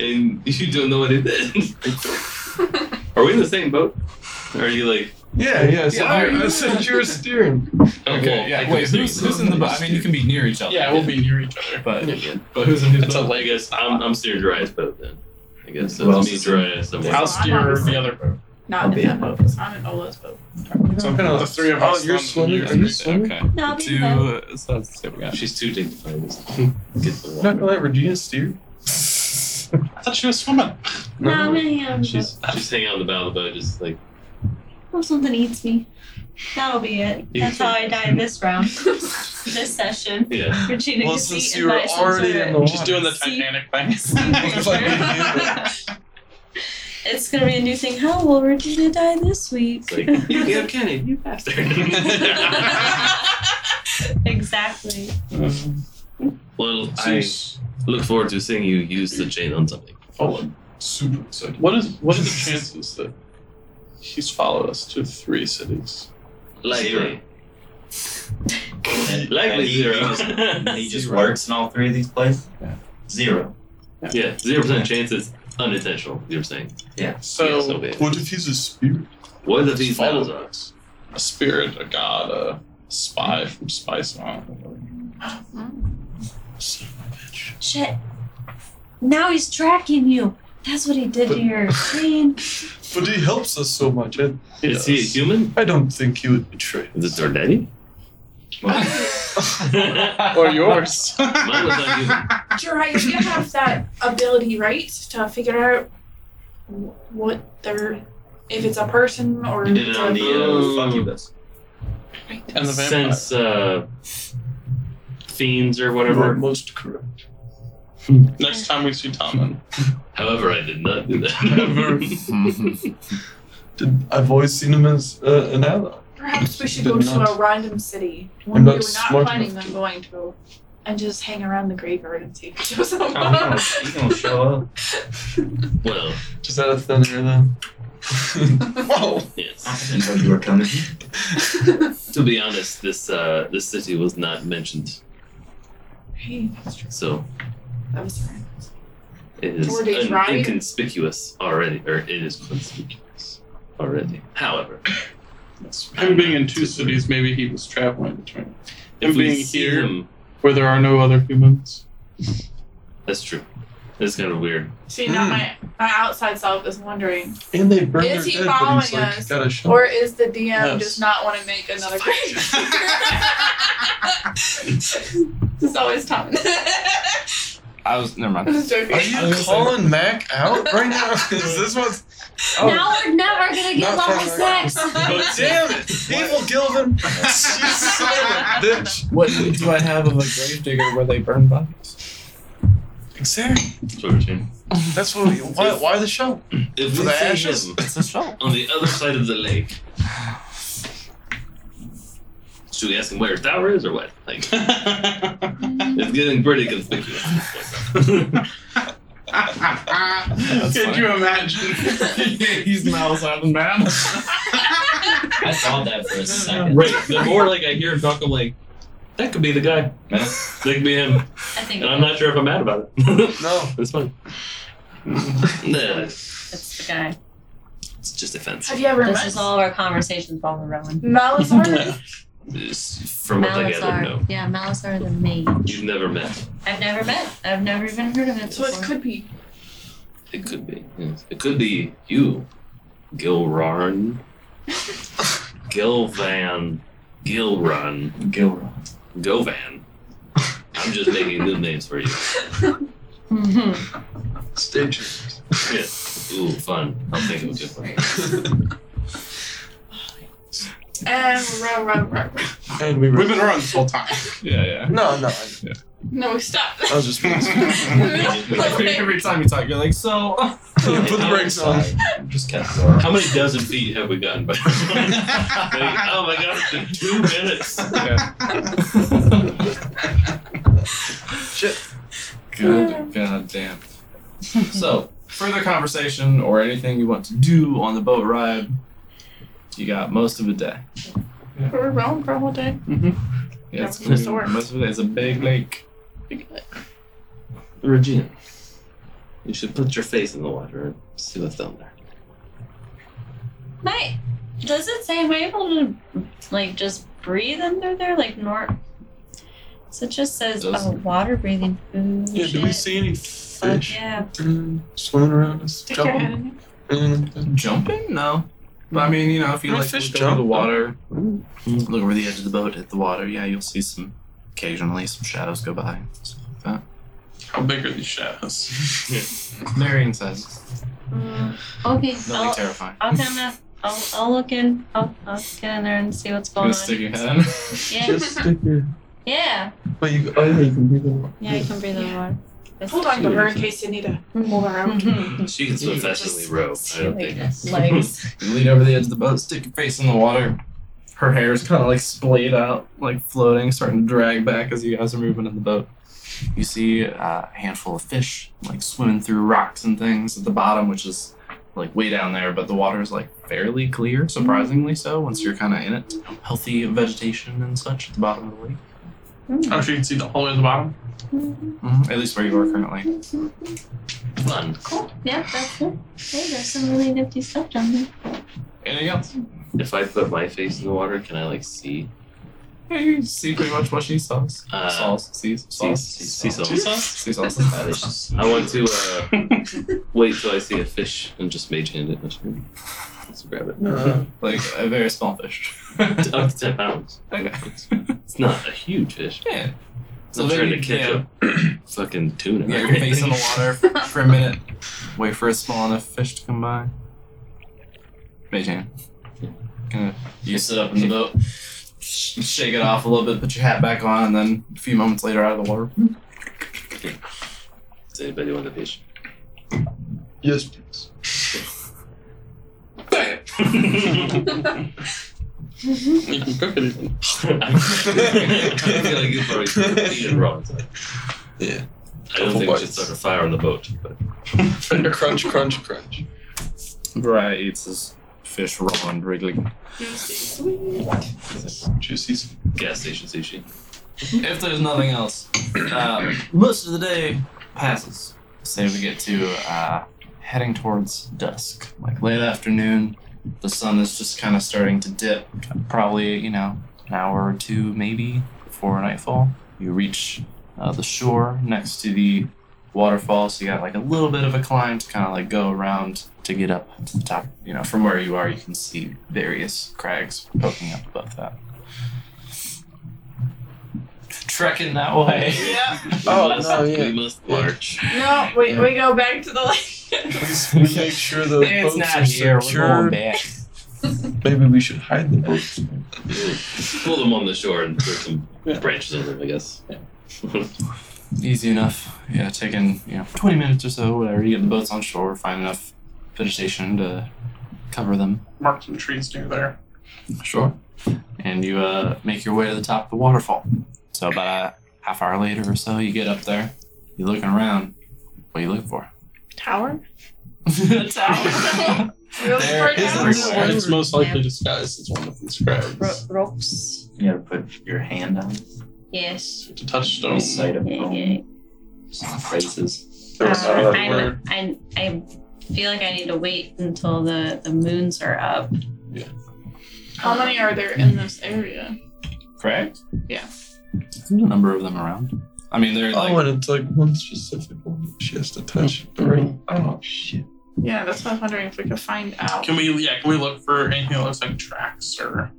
S4: and you don't know what it is. Are we in the same boat? Are you like
S6: Yeah, yeah. So
S3: Yeah,
S6: I,
S3: alright.
S6: I said you were steering.
S7: Oh,
S3: Okay,
S4: well, I
S3: yeah.
S4: can
S3: Wait,
S4: see
S3: who's,
S4: you.
S3: who's in the boat? I mean, you can be near each other.
S7: yeah, we'll be near each other.
S3: But
S7: But who's in his
S4: That's
S7: boat?
S4: a, I guess I'm I'm steering Dryas boat then. I guess
S9: Well,
S4: that's me Dryas. someone
S7: I'll
S4: else.
S7: steer the other boat.
S9: I'll
S8: Not
S9: be
S8: in
S9: in
S8: that boat.
S9: both.
S8: It's not in Ola's boat.
S6: So I'm gonna.
S7: The three of us
S6: Oh, you're swimming.
S7: on the news.
S6: Are you swimming?
S3: okay.
S10: No, I'll be
S3: Two.
S10: fine.
S3: Uh, so that's what we got.
S4: She's too dignified. Let's Get the
S6: I'm
S4: water.
S6: not gonna let Regina steer.
S7: I thought she was swimming.
S10: No, I'm gonna hang on.
S4: She's she's hanging on the bow of the boat, just like
S10: Oh, something eats me. That'll be it.
S4: You
S10: That's
S4: can-
S10: how I die this round. this session.
S4: yeah.
S10: Regina
S6: Well,
S10: gets
S6: since
S10: eaten
S6: you were
S10: by some
S6: already
S10: sort
S6: in
S10: of
S6: the
S7: She's doing the
S10: See?
S7: Titanic thing.
S10: sea
S6: It's like-
S10: creature. It's gonna be a new thing. How will Regina die this week?
S4: It's like you get Kenny, you bastard.
S10: exactly.
S4: Well, I look forward to seeing you use the chain on something.
S6: Oh, I'm super excited. What is what are the chances that he's followed us to three cities?
S4: Likely.
S9: And-
S4: Likely
S9: and he,
S4: zero.
S9: He just, he just
S4: Zero.
S9: works in all three of these places? Zero.
S4: Yeah, zero percent chance it's unintentional. You're saying.
S9: Yeah.
S6: So,
S4: so bad.
S6: what if he's a spirit?
S4: What if he's
S6: Follow
S4: Malazar?
S6: us? A spirit, a god, a spy from Spice Mountain. Son of a bitch.
S10: Shit. Now he's tracking you. That's what he did to your chain.
S6: But he helps us so much. And he
S4: Is he a
S6: does.
S4: human?
S6: I don't think he would betray.
S4: Is this our daddy?
S6: or yours.
S4: Mine was not human.
S8: Jiraiya, you have that ability, right, to figure out wh- what they're, if it's a person or
S4: You did it on
S8: it's a-
S4: the uh, Um,
S9: Succubus.
S6: and the vampire.
S4: since uh, fiends or
S6: You are
S4: whatever.
S6: most correct. Next time we see Tommen,
S4: However, I did not do
S6: Never.
S4: that.
S9: Oh,
S6: did- I've always seen him as uh, an ally.
S8: Perhaps we should
S6: Did
S8: go to
S6: not-
S8: a random city, one we
S6: not
S8: were not
S6: smart
S8: planning
S6: enough to.
S8: on going to, and just hang around the graveyard and see if it shows
S9: Oh, he gonna,
S8: up.
S9: he gonna show up.
S4: well,
S6: Just out of thin air, then. Whoa!
S9: I
S4: yes.
S9: didn't know you were coming.
S4: To be honest, this uh, this city was not mentioned,
S8: hey, that's true.
S4: so
S8: That was fine.
S4: it is
S8: Four days
S4: un-
S8: ride?
S4: inconspicuous already, or it is conspicuous already. However,
S7: Him being in two cities, maybe he was traveling between.
S4: if
S7: Him
S4: we
S7: being
S4: see
S7: here-
S4: him,
S7: Where there are no other humans.
S4: that's true. It's kind of weird.
S8: See,
S4: Hmm.
S8: now my, my outside self is wondering,
S6: And they burn their
S8: Is he
S6: dead, but he's
S8: following
S6: like,
S8: us?
S6: gotta show.
S8: or is the DM
S6: Yes.
S8: just not want to make another graveyard? this is always Tom.
S11: I was never
S8: I'm
S11: mind.
S8: just joking.
S6: Are
S11: I was
S6: you
S11: gonna
S6: calling Mac out right now? is this what? Oh.
S10: Now we're never gonna get
S6: Not
S10: level
S6: for that.
S10: six.
S6: Oh, damn it! Evil Gilvin! you son of a bitch!
S11: What do I have of a gravedigger where they burn bodies?
S6: Exactly.
S4: That's what we're saying.
S6: That's what we, why, why the show?
S4: If
S6: For
S4: we
S6: the
S4: see
S6: ashes?
S4: him
S11: It's a show.
S4: on the other side of the lake, should we ask him where his tower is or what? Like, it's getting pretty conspicuous. at this point.
S7: Could
S11: funny.
S7: you imagine?
S11: He's Malazar the man.
S9: I saw that for a second.
S4: Right. The more like I hear him talk, I'm like, that could be the guy.
S9: Yeah.
S4: That could be him.
S10: I think
S4: And I'm not sure if I'm mad about it.
S6: No.
S4: It's fine. nah,
S10: it's the guy.
S4: it's just offensive.
S8: Have you ever
S10: This
S8: met
S10: is all of our conversations while we're rolling.
S8: Malazar?
S4: It's- From what I gather, no.
S10: Yeah, Malazar the maid.
S4: You've never met.
S10: I've never met. I've never even heard of it.
S8: so it
S10: before.
S8: could be.
S4: It could be. yes. It could be you, Gilran, Gilvan, Gilrun,
S9: Gilroy.
S4: Govan. I'm just making new names for you.
S10: Mhm.
S6: Stay tuned.
S4: Yeah. Ooh, fun. I'll think of a good one.
S8: And row, row, row.
S6: And we were.
S7: We've been running this whole time.
S11: Yeah,
S6: No, no. I,
S8: No, stop.
S6: I was just.
S11: Every time you talk, you're like, so.
S6: Put the brakes on.
S9: Just kept going.
S4: How many dozen feet have we gotten by? Like, oh my god, in two minutes.
S6: Shit.
S3: Good god damn. So, further conversation or anything you want to do on the boat ride, you got most of the day.
S8: We're rolling for a whole day.
S3: Yeah, it's,
S8: Yeah, it's work.
S3: most of it is a big lake.
S4: Regina, you should put your face in the water and see what's down there.
S10: My, does it say am I able to like just breathe under there like nor? So it just says
S3: Does-
S10: oh, water breathing food.
S6: Yeah, do we
S10: shit.
S6: see any
S10: Fuck
S6: fish
S10: yeah,
S6: mm, swimming around us?
S8: Stick your head
S6: Jumping?
S8: in there.
S6: Mm,
S3: Jumping? No. But I Mm. mean, you know, if you
S6: My
S3: like
S6: fish
S3: look over the
S6: jump.
S3: water, look over the edge of the boat at the water, yeah, you'll see some occasionally some shadows go by. stuff like that.
S7: How big are these shadows?
S3: Varying sizes.
S10: Mm, okay,
S3: Nothing
S10: I'll,
S3: terrifying.
S10: I'll kind of, I'll, I'll look in, I'll, I'll get in there and see what's
S3: You
S10: going
S3: gonna
S10: on.
S3: stick your head in?
S10: Yeah,
S6: Just stick your.
S10: yeah,
S6: But you. Oh, yeah, you can be the one.
S10: yeah, you can breathe in water. That's
S8: Hold on to her in case you need to move around.
S10: Mhm.
S4: She can swim
S10: Just
S4: faster than we row. I don't think.
S10: Legs.
S3: You lean over the edge of the boat, stick your face in the water. her hair is kind of like splayed out, like floating, starting to drag back as you guys are moving in the boat. You see uh, a handful of fish like swimming through rocks and things at the bottom, which is like way down there, but the water is like fairly clear, surprisingly so, once you're kind of in it. Healthy vegetation and such at the bottom of the lake.
S7: Oh, so you can see the whole way to the bottom?
S3: Mhm, At least where you are currently.
S4: Fun.
S10: Cool. Yeah, that's cool. Hey, there's some really nifty stuff down there.
S3: Anything else?
S4: If I put my face in the water, can I like see?
S3: Yeah, you see pretty much what she saw.
S4: Uh,
S3: Saw, sees,
S4: See,
S3: saw,
S4: see, see,
S3: Sea
S4: something?
S3: Sea
S4: That's
S3: sauce.
S4: delicious. I want to uh, wait till I see a fish and just mage hand it. Let's grab it.
S6: Uh,
S3: like a very small fish.
S4: It's Up to 10 pounds.
S3: okay.
S4: It's not a huge fish.
S3: Yeah.
S4: So I'm trying
S3: then
S4: to
S3: you-
S4: catch
S3: yeah,
S4: a fucking tuna.
S3: Yeah, your face in the water for a minute. Wait for a small enough fish to come by. Raise your hand. Kinda, you sit up in the boat, sh- shake it off a little bit, put your hat back on, and then a few moments later out of the water.
S4: Does anybody want a fish?
S6: yes, please.
S7: You can cook it.
S4: I feel like it's already eaten raw. I
S6: Yeah.
S4: don't
S6: Couple
S4: think we should
S6: bites.
S4: start a fire on the boat. But
S6: crunch, crunch, crunch.
S3: Brian eats his fish raw and wriggling.
S6: Juicy.
S4: gas station sushi.
S3: if there's nothing else, um, most of the day passes. Say we get to uh, heading towards dusk, like late afternoon. The sun is just kind of starting to dip. Probably, you know, an hour or two maybe before nightfall. You reach uh, the shore next to the waterfall, so you got like a little bit of a climb to kind of like go around to get up to the top. You know, from where you are, you can see various crags poking up above that. Trekking that way.
S4: Yeah.
S6: Oh,
S4: must,
S6: no, yeah.
S4: We must march.
S5: No, we, we go back to the
S6: We make sure those boats are secure.
S3: back.
S6: Maybe we should hide the boats.
S4: Pull them on the shore and put some branches on them, I guess.
S3: Easy enough. Yeah, taking you know twenty minutes or so, whatever. You get the boats on shore, find enough vegetation to cover them.
S7: Mark some trees near there.
S3: Sure. And you uh, make your way to the top of the waterfall. So about a half hour later or so, you get up there. You're looking around. What are you looking for?
S8: Tower?
S3: A tower. there
S5: Rope for tower.
S3: is a
S7: Everywhere.
S3: tower.
S7: It's most likely disguised as one of these crabs.
S5: ropes.
S9: You gotta put your hand on it,
S10: Yes.
S7: It's a touchstone.
S9: this side of
S10: Yeah,
S9: bone,
S10: yeah.
S9: some phrases.
S7: There was
S10: Uh,
S7: another word.
S10: I'm, i I feel like I need to wait until the, the moons are up.
S8: How many are there in this area?
S3: Correct.
S8: Yeah.
S3: There's a number of them around. I mean, they're like
S6: Oh, and it's like one specific one. She has to touch the ring. Oh shit.
S8: Yeah, that's what I was wondering if we could find out.
S7: Can we, yeah, can we look for anything that looks like tracks or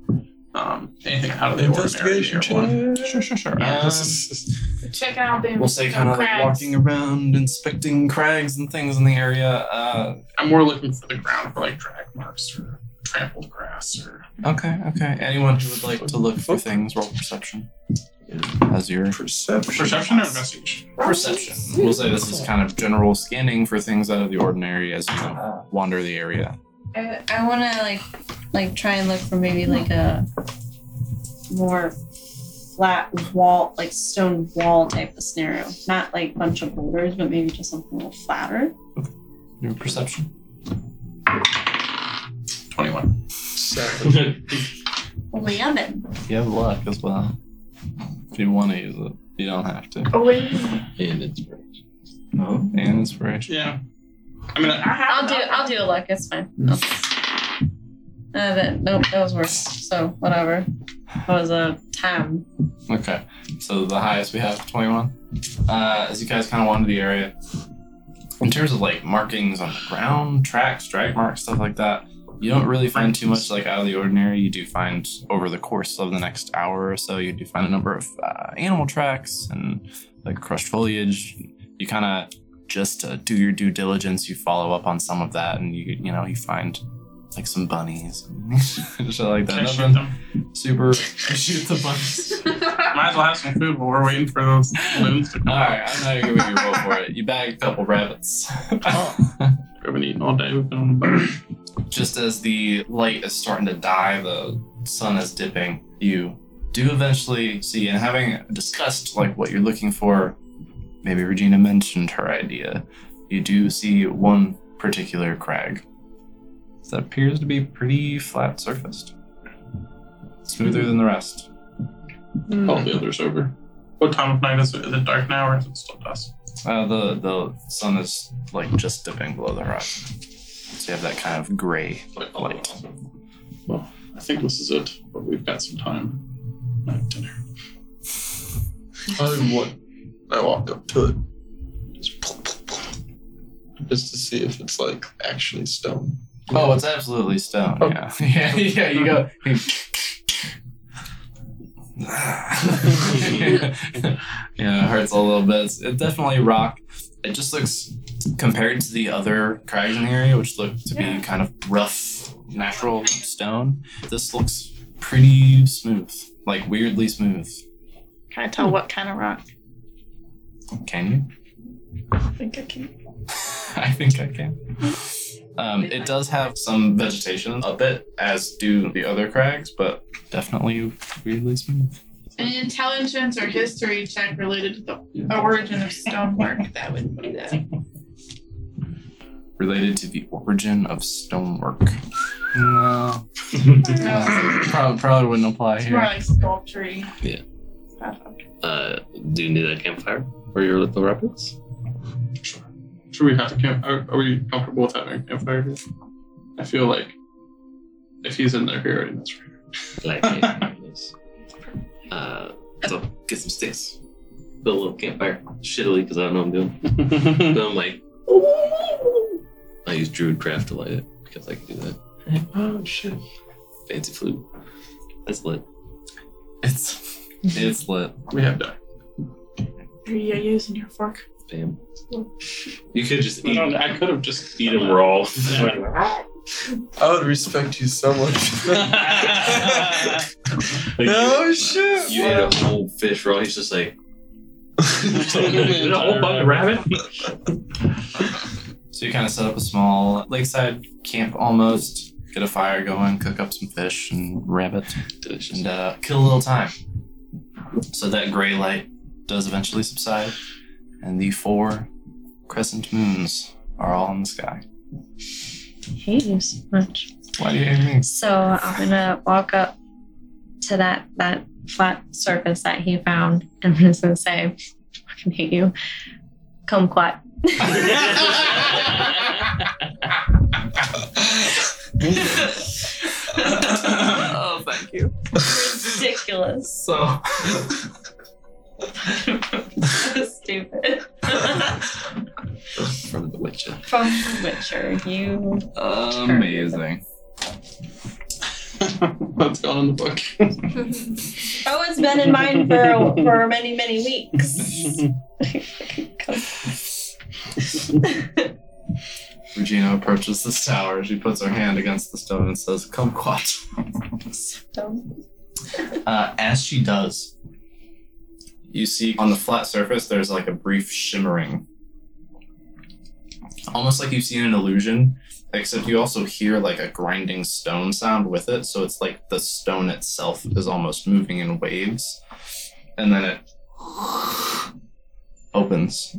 S7: um, anything out of the ordinary?
S6: Investigation
S7: near one?
S6: check.
S3: sure, sure, sure.
S6: Yeah,
S3: Um,
S6: this is
S8: Check out the
S3: We'll say kind of like walking around, inspecting crags and things in the area. Uh,
S7: I'm more looking for the ground for like drag marks or trampled grass or
S3: okay, okay. Anyone who would like to look for things, roll perception. As your
S6: perception.
S7: perception or investigation.
S3: perception, we'll say this is kind of general scanning for things out of the ordinary as you wander the area.
S10: I, I want to like like try and look for maybe like a more flat wall, like stone wall type of scenario. Not like bunch of boulders, but maybe just something a little flatter.
S3: Your perception.
S7: 21.
S6: Seven.
S4: That's
S10: Eleven.
S3: You have luck as well. If you want to use it, you don't have to.
S8: Oh,
S4: and inspiration.
S3: No, and inspiration.
S7: Yeah. I mean, I have
S10: I'll do I'll do a look. It's fine.
S7: Hmm.
S10: I'll- Uh, that, nope, that was worse. So whatever. That was a ten.
S3: Okay, so the highest we have, 21. Uh, as you guys kind of wander the area, in terms of like markings on the ground, tracks, drag marks, stuff like that, you don't really find too much like out of the ordinary. You do find over the course of the next hour or so, you do find a number of uh, animal tracks and like crushed foliage. You kind of just uh, do your due diligence. You follow up on some of that, and you you know you find like some bunnies, and shit like that.
S7: Can I shoot
S3: Nothing
S7: them?
S3: super. shoot the bunnies.
S7: Might as well have some food while we're waiting for those balloons to come.
S3: All
S7: out.
S3: right, I'm not gonna give you a roll for it. You bag a couple rabbits.
S7: We haven't eaten all day. We've been on the boat.
S3: Just as the light is starting to die, the sun is dipping, you do eventually see, and having discussed like what you're looking for, maybe Regina mentioned her idea. You do see one particular crag that appears to be pretty flat surfaced, smoother than the rest.
S7: All
S6: the others over.
S7: What time of night is it? Is it dark now or is it still dusk?
S3: Uh, the the sun is like just dipping below the horizon, so you have that kind of gray light.
S6: Well, I think this is it, but we've got some time. I have dinner. I want. I walk up to it, just, pull, pull, pull, just to see if it's like actually stone.
S3: Oh, it's absolutely stone. Yeah, yeah, yeah. You go. yeah, it hurts a little bit. It's it definitely rock. It just looks compared to the other crags in the area, which look to be kind of rough, natural stone. This looks pretty smooth, like weirdly smooth.
S8: Can I
S7: Hmm.
S8: tell what kind of rock?
S3: Can you?
S8: I think I can.
S3: I think I can. Um, it does have some vegetation up it, as do the other crags, but definitely weirdly smooth.
S15: An intelligence or history check related to the origin of stonework. That would be that.
S3: related to the origin of stonework. No. probably, probably wouldn't
S15: Um,
S3: apply
S15: It's more
S3: here.
S15: like sculptury.
S4: Yeah.
S15: Stuff.
S4: Uh, do you need a campfire for your little rapids?
S7: Should we have to camp? Are, are we comfortable with having a campfire? here? I feel like if he's in there, he already knows. we're here.
S4: Like, yeah, yes. uh, so get some sticks, build a little campfire, shittily because I don't know what I'm doing. so I'm like, I use druid craft to light it because I can do that.
S7: Oh shit!
S4: Fancy flute, that's lit.
S3: It's it's lit.
S7: We have done.
S8: Are you using your fork?
S4: Bam. You could just
S7: I
S4: eat.
S7: don't. I could have just
S4: Eat them raw.
S6: I would respect you so much.
S4: Like,
S6: oh shit!
S4: You ate a whole fish raw. He's just like,
S7: a whole bunch of rabbit.
S3: So you kind of set up a small lakeside camp almost, get a fire going, cook up some fish and rabbit,
S4: delicious.
S3: and uh, kill a little time. So that gray light does eventually subside, and the four crescent moons are all in the sky.
S10: hate you so much.
S3: Why do you hate me?
S10: So I'm gonna walk up to that that flat surface that he found and I'm just gonna say, fucking hate you. Kumquat.
S5: Oh, thank you.
S10: Ridiculous.
S3: So
S10: Stupid.
S4: From The Witcher.
S10: From The Witcher, you
S3: amazing.
S7: That's gone in the book.
S10: Oh, it's been in mine for for many, many weeks.
S3: Regina approaches this tower. She puts her hand against the stone and says, Kumquat. uh, as she does, you see on the flat surface there's like a brief shimmering. Almost like you've seen an illusion, except you also hear like a grinding stone sound with it. So it's like the stone itself is almost moving in waves. And then it opens.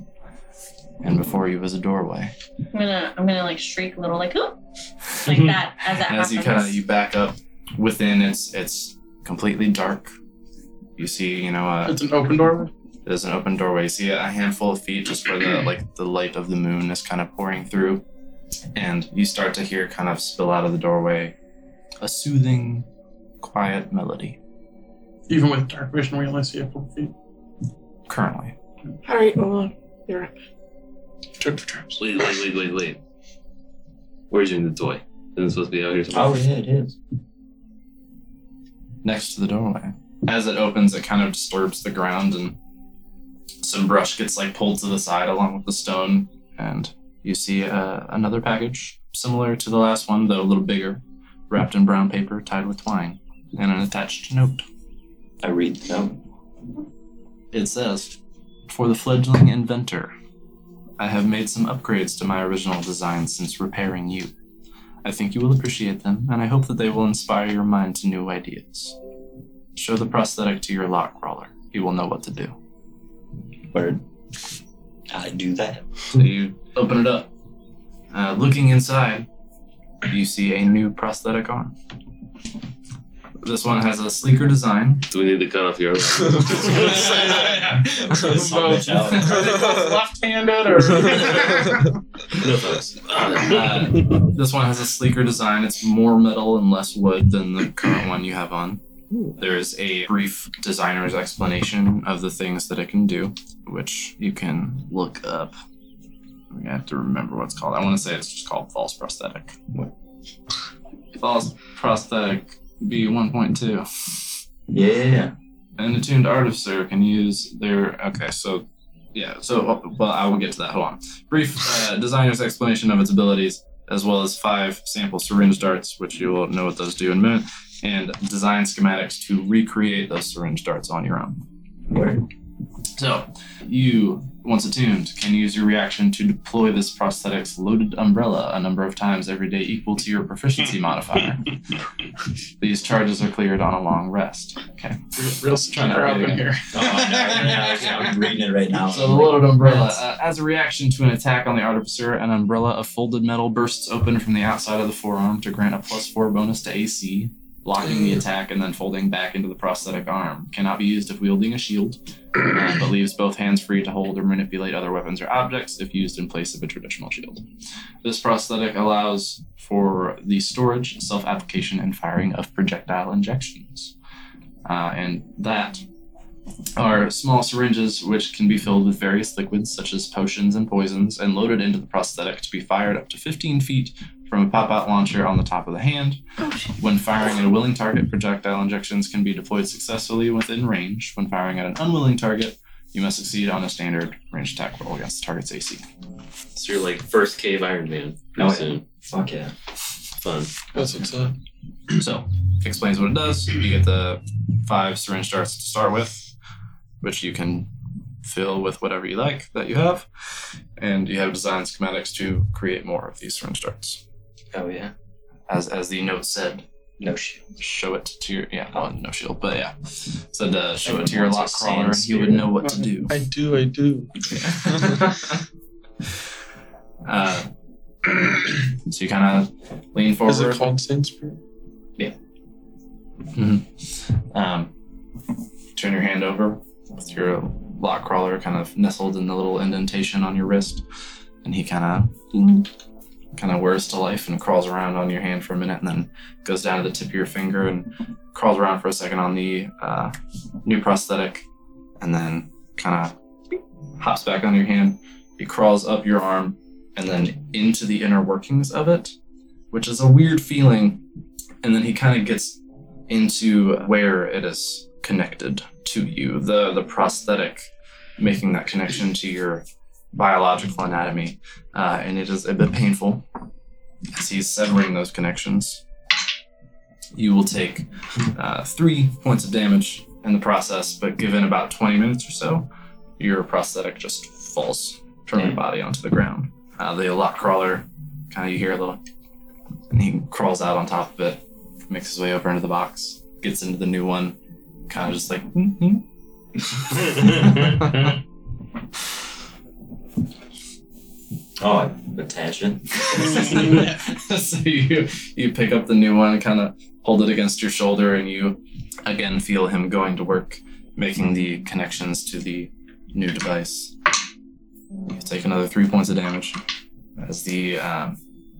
S3: And before you is a doorway.
S10: I'm gonna I'm gonna like shriek a little like oh like that as that
S3: Mm-hmm. as you kind
S10: happens.
S3: of you back up within it's it's completely dark you see you know uh,
S7: It's an open door.
S3: there's an open doorway you see a handful of feet just where the like the light of the moon is kind of pouring through and you start to hear kind of spill out of the doorway a soothing quiet melody
S7: Even with dark vision, we only see a couple feet.
S3: currently
S8: Alright, well, you're up.
S7: Turn for traps.
S4: Wait, wait, wait, wait, wait. Where's your new toy? Isn't it supposed to be out here
S9: Oh yeah,
S4: somewhere?
S9: it is.
S3: next to the doorway as it opens it kind of disturbs the ground and some brush gets like pulled to the side along with the stone and you see uh, another package similar to the last one though a little bigger wrapped in brown paper tied with twine and an attached note
S9: I read the note.
S3: it says for the fledgling inventor i have made some upgrades to my original design since repairing you I think you will appreciate them, and I hope that they will inspire your mind to new ideas. Show the prosthetic to your lock crawler. He will know what to do.
S9: Word. I do that.
S3: So you open it up. Uh, looking inside, you see a new prosthetic arm. This one has a sleeker design.
S4: Do we need to cut off your?
S7: Left-handed or
S3: Uh, this one has a sleeker design. It's more metal and less wood than the current one you have on. There is a brief designer's explanation of the things that it can do, which you can look up. I'm gonna have to remember what it's called. I want to say it's just called false prosthetic. False prosthetic B1.2.
S4: Yeah.
S3: An attuned artificer can use their. Okay, so yeah, so well, I will get to that. Hold on. Brief uh, designer's explanation of its abilities, as well as five sample syringe darts, which you will know what those do in a minute, and design schematics to recreate those syringe darts on your own. So, you, once attuned, can use your reaction to deploy this prosthetic's loaded umbrella a number of times every day equal to your proficiency modifier. These charges are cleared on a long rest. Okay. Trying
S7: real
S3: to
S7: stinker up
S3: read it
S7: in
S3: again.
S7: here.
S9: I'm reading it right now.
S3: So the loaded umbrella. Uh, as a reaction to an attack on the artificer, an umbrella of folded metal bursts open from the outside of the forearm to grant a plus four bonus to AC, blocking the attack and then folding back into the prosthetic arm. Cannot be used if wielding a shield, uh, but leaves both hands free to hold or manipulate other weapons or objects if used in place of a traditional shield. This prosthetic allows for the storage, self application, and firing of projectile injections. Uh, and that are small syringes which can be filled with various liquids such as potions and poisons and loaded into the prosthetic to be fired up to 15 feet from a pop-out launcher on the top of the hand. When firing at a willing target, projectile injections can be deployed successfully within range. When firing at an unwilling target, you must succeed on a standard range attack roll against the target's AC.
S4: So you're like first cave Iron Man. Pretty
S9: Oh, yeah.
S4: soon.
S9: Fuck yeah.
S4: Fun.
S6: That's what's up.
S3: So, explains what it does. You get the five syringe darts to start with, which you can fill with whatever you like that you have, and you have design schematics to create more of these syringe darts.
S9: Oh yeah.
S3: As as the note said,
S9: No shit.
S3: show it to your yeah, well, no shield, but yeah, said uh, show it
S9: Everyone
S3: to your lock
S9: wants a sand
S3: crawler, and he would
S9: spear.
S3: know what to do.
S6: I do, I do.
S3: Uh, so you kind of lean forward.
S6: Is it called Saint Spirit?
S3: Um, turn your hand over with your lock crawler kind of nestled in the little indentation on your wrist, and he kind of kind of whirs to life and crawls around on your hand for a minute, and then goes down to the tip of your finger and crawls around for a second on the uh, new prosthetic, and then kind of hops back on your hand. He crawls up your arm and then into the inner workings of it, which is a weird feeling. And then he kind of gets into where it is connected to you the the prosthetic making that connection to your biological anatomy uh, and it is a bit painful as he's severing those connections you will take uh, three points of damage in the process but given about 20 minutes or so your prosthetic just falls from your body onto the ground uh, the lock crawler kind of you hear a little and he crawls out on top of it makes his way over into the box, gets into the new one, kind of just like, "Mhm."
S9: Oh, attention.
S3: so you you pick up the new one, kind of hold it against your shoulder, and you again feel him going to work, making the connections to the new device. You take another three points of damage as the um,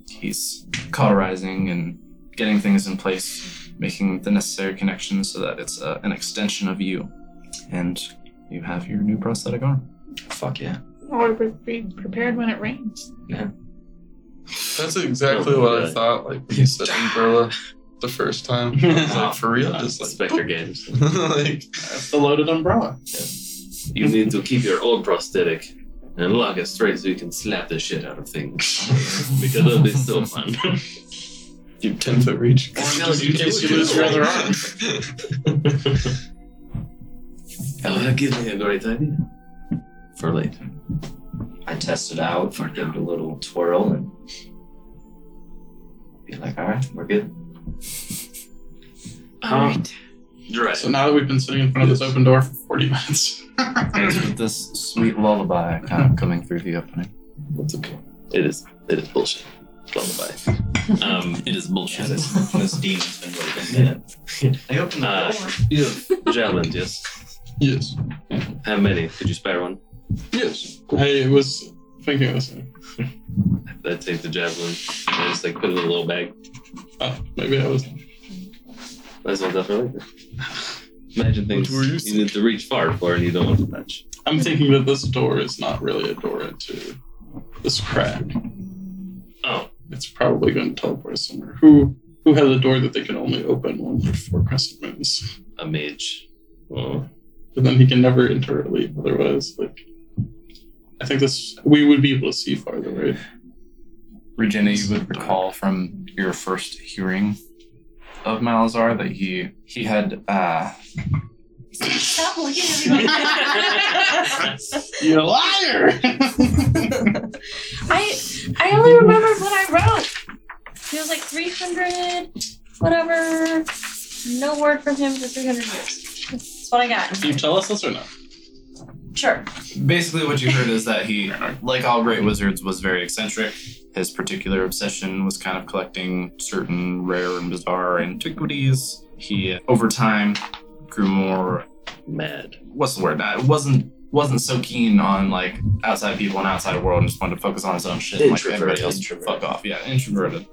S3: he's cauterizing and getting things in place, making the necessary connections so that it's uh, an extension of you, and you have your new prosthetic arm.
S9: Fuck yeah.
S15: Or be prepared when it rains.
S6: That's exactly what I thought. Like he said umbrella the first time. I was like, for real? Just like,
S4: Spectre Games.
S6: like
S7: That's the loaded umbrella.
S4: You need to keep your old prosthetic and lock it straight so you can slap the shit out of things. because it'll be so fun.
S6: you have ten foot reach.
S7: Just in case you lose your other arm.
S4: Oh, that gives me a great idea. For later.
S9: I tested out, give it a little twirl, and be like, all right, we're good.
S7: All
S8: right.
S4: You're right.
S7: So now that we've been sitting in front of this open door for 40 minutes,
S3: with this sweet lullaby kind of coming through the opening.
S4: That's okay. It is. It is bullshit. Lullaby. Um, it is bullshit.
S9: this, this demon's been waiting. Yeah. They opened the
S4: Uh,
S9: door.
S4: javelins, yes.
S7: Yes.
S4: How many? Could you spare one?
S7: yes. I was uh, thinking of this.
S4: I take the javelin. I just like put it in a little bag.
S7: Oh, maybe I was.
S4: That's all definitely. later. Imagine things you, need to reach far for and you don't want to touch.
S7: I'm thinking that this door is not really a door into this crack.
S4: Oh.
S7: It's probably going to teleport us somewhere. Who who has a door that they can only open one for four crescent moons?
S4: A mage. Oh.
S7: And then he can never enter or leave otherwise. Like I think this we would be able to see farther, right?
S3: Regina, you would recall from your first hearing of Malazar that he he had uh,
S10: Stop looking at me like
S7: You're a liar!
S10: I I only remembered what I wrote. He was like 300, whatever. No word from him for 300 years. That's what I got.
S7: Can you tell us this or no?
S10: Sure.
S3: basically what you heard is that he, like all great wizards, was very eccentric. His particular obsession was kind of collecting certain rare and bizarre antiquities. He, over time, grew more
S4: mad.
S3: What's the word? I wasn't wasn't so keen on like outside people and outside world and just wanted to focus on his own shit. and, Like everybody
S4: Introverted,
S3: else, should fuck off. Yeah, introverted.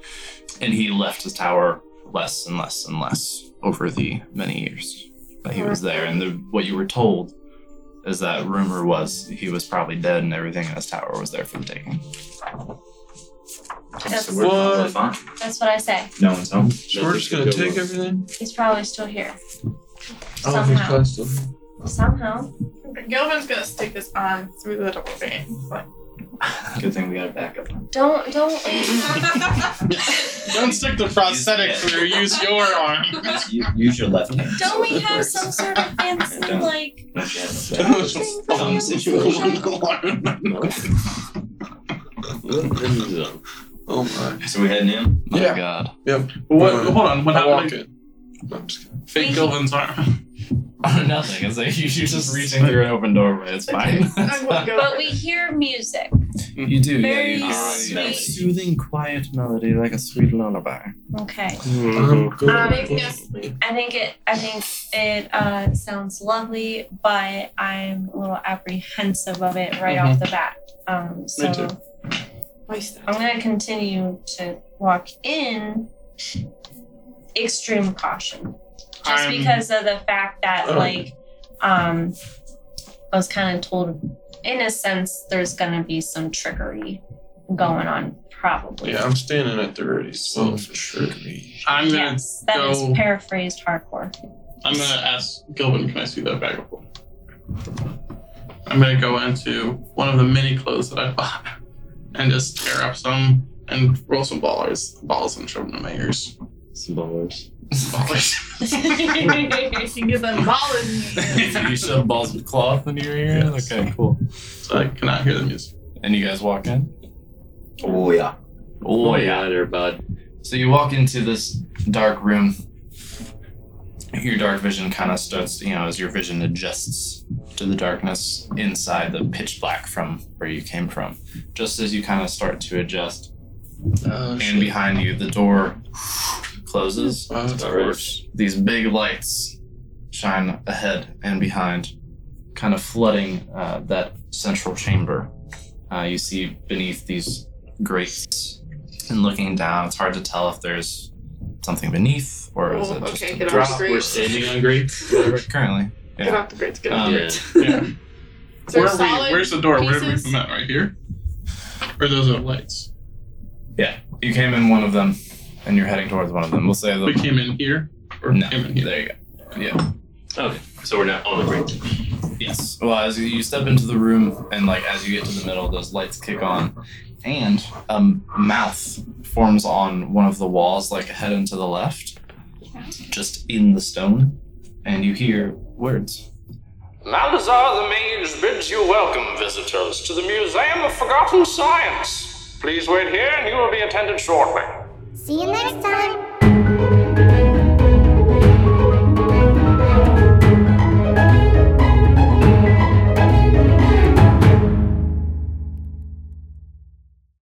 S3: And he left his tower less and less and less over the many years that he was there. And the, what you were told is that rumor was he was probably dead and everything in his tower was there for the taking.
S10: That's,
S3: What?
S10: that's what I say.
S3: No one's home.
S6: So we're just gonna take everything.
S10: He's probably still here.
S6: Oh, he's
S10: Somehow.
S6: probably still.
S10: Somehow.
S15: Gilvin's gonna stick this on through the door vein. Like,
S9: Good thing we got a backup.
S10: Don't don't
S7: Don't stick the prosthetic through, use your arm.
S9: U- Use your left hand.
S10: don't we have some sort of fancy like
S9: Don't you have a backup?
S4: Some situation. um,
S6: Oh my.
S9: So we're heading in.
S3: My
S7: Yeah.
S3: God.
S6: Yep.
S7: What, hold on, what
S6: I walk
S7: happened?
S6: in. No, I'm just kidding.
S7: to Fake Gilvin's arm.
S3: Nothing. It's like you- you're just reaching through an open doorway. It's fine.
S15: I won't go.
S10: but we hear music.
S3: you do.
S10: Very
S3: yeah, you
S10: sweet.
S3: Soothing, quiet melody like a sweet lullaby.
S10: Okay.
S6: I'm good.
S15: Um, yes,
S10: I think it I think it uh, sounds lovely, but I'm a little apprehensive of it right off the bat. Um, so
S7: too.
S8: Voice that.
S10: I'm gonna continue to walk in extreme caution. Just
S7: I'm-
S10: because of the fact that
S7: Oh.
S10: like um I was kinda told in a sense there's gonna be some trickery going on probably.
S6: Yeah, I'm standing at thirty. So for sure.
S7: I'm gonna
S10: Yes, that is
S7: go-
S10: paraphrased hardcore.
S7: I'm gonna ask Gilvin, can I see that bag of holding? I'm gonna go into one of the many clothes that I bought and just tear up some and roll some ballers, balls and shove them in my ears.
S4: Some ballers.
S7: Ballers.
S15: you can get them ballin'.
S3: you shove balls with cloth into your ear?
S7: Yes.
S3: Okay, cool.
S7: so I cannot hear the music.
S3: And you guys walk in?
S9: Oh yeah.
S3: Oh, yeah.
S4: There, bud.
S3: So you walk into this dark room. Your dark vision kind of starts, you know, as your vision adjusts to the darkness inside the pitch black from where you came from. Just as you kind of start to adjust,
S7: Oh,
S3: and behind you, the door closes.
S7: Uh,
S4: All right.
S3: These big lights shine ahead and behind, kind of flooding uh, that central chamber. Uh, you see beneath these grates and looking down, it's hard to tell if there's something beneath or is
S15: Oh,
S3: it just
S15: okay,
S3: a
S15: get
S3: drop
S15: off the
S4: We're
S15: grate.
S4: standing on grates.
S3: currently.
S15: Get off the grate. Get off
S3: Um,
S15: the
S4: Yeah.
S15: grate.
S7: Uh, yeah.
S15: Is there
S7: Where are we,
S15: solid
S7: where's the door? Where did we
S15: pieces?
S7: come at? Right here? Or those are lights?
S3: You came in one of them and you're heading towards one of them. We'll say
S7: We
S3: the
S7: came in here? Or
S3: No,
S7: came in here?
S3: there you go. Yeah.
S4: Okay, so we're not on the grate.
S3: Yes. Well, as you- you step into the room and like as you get to the middle, those lights kick on, and a mouth forms on one of the walls, like ahead and to the left, just in the stone, and you hear words.
S16: Malazar the Mage bids you welcome, visitors, to the Museum of Forgotten Science. Please wait here and you will be attended shortly.
S1: See you in the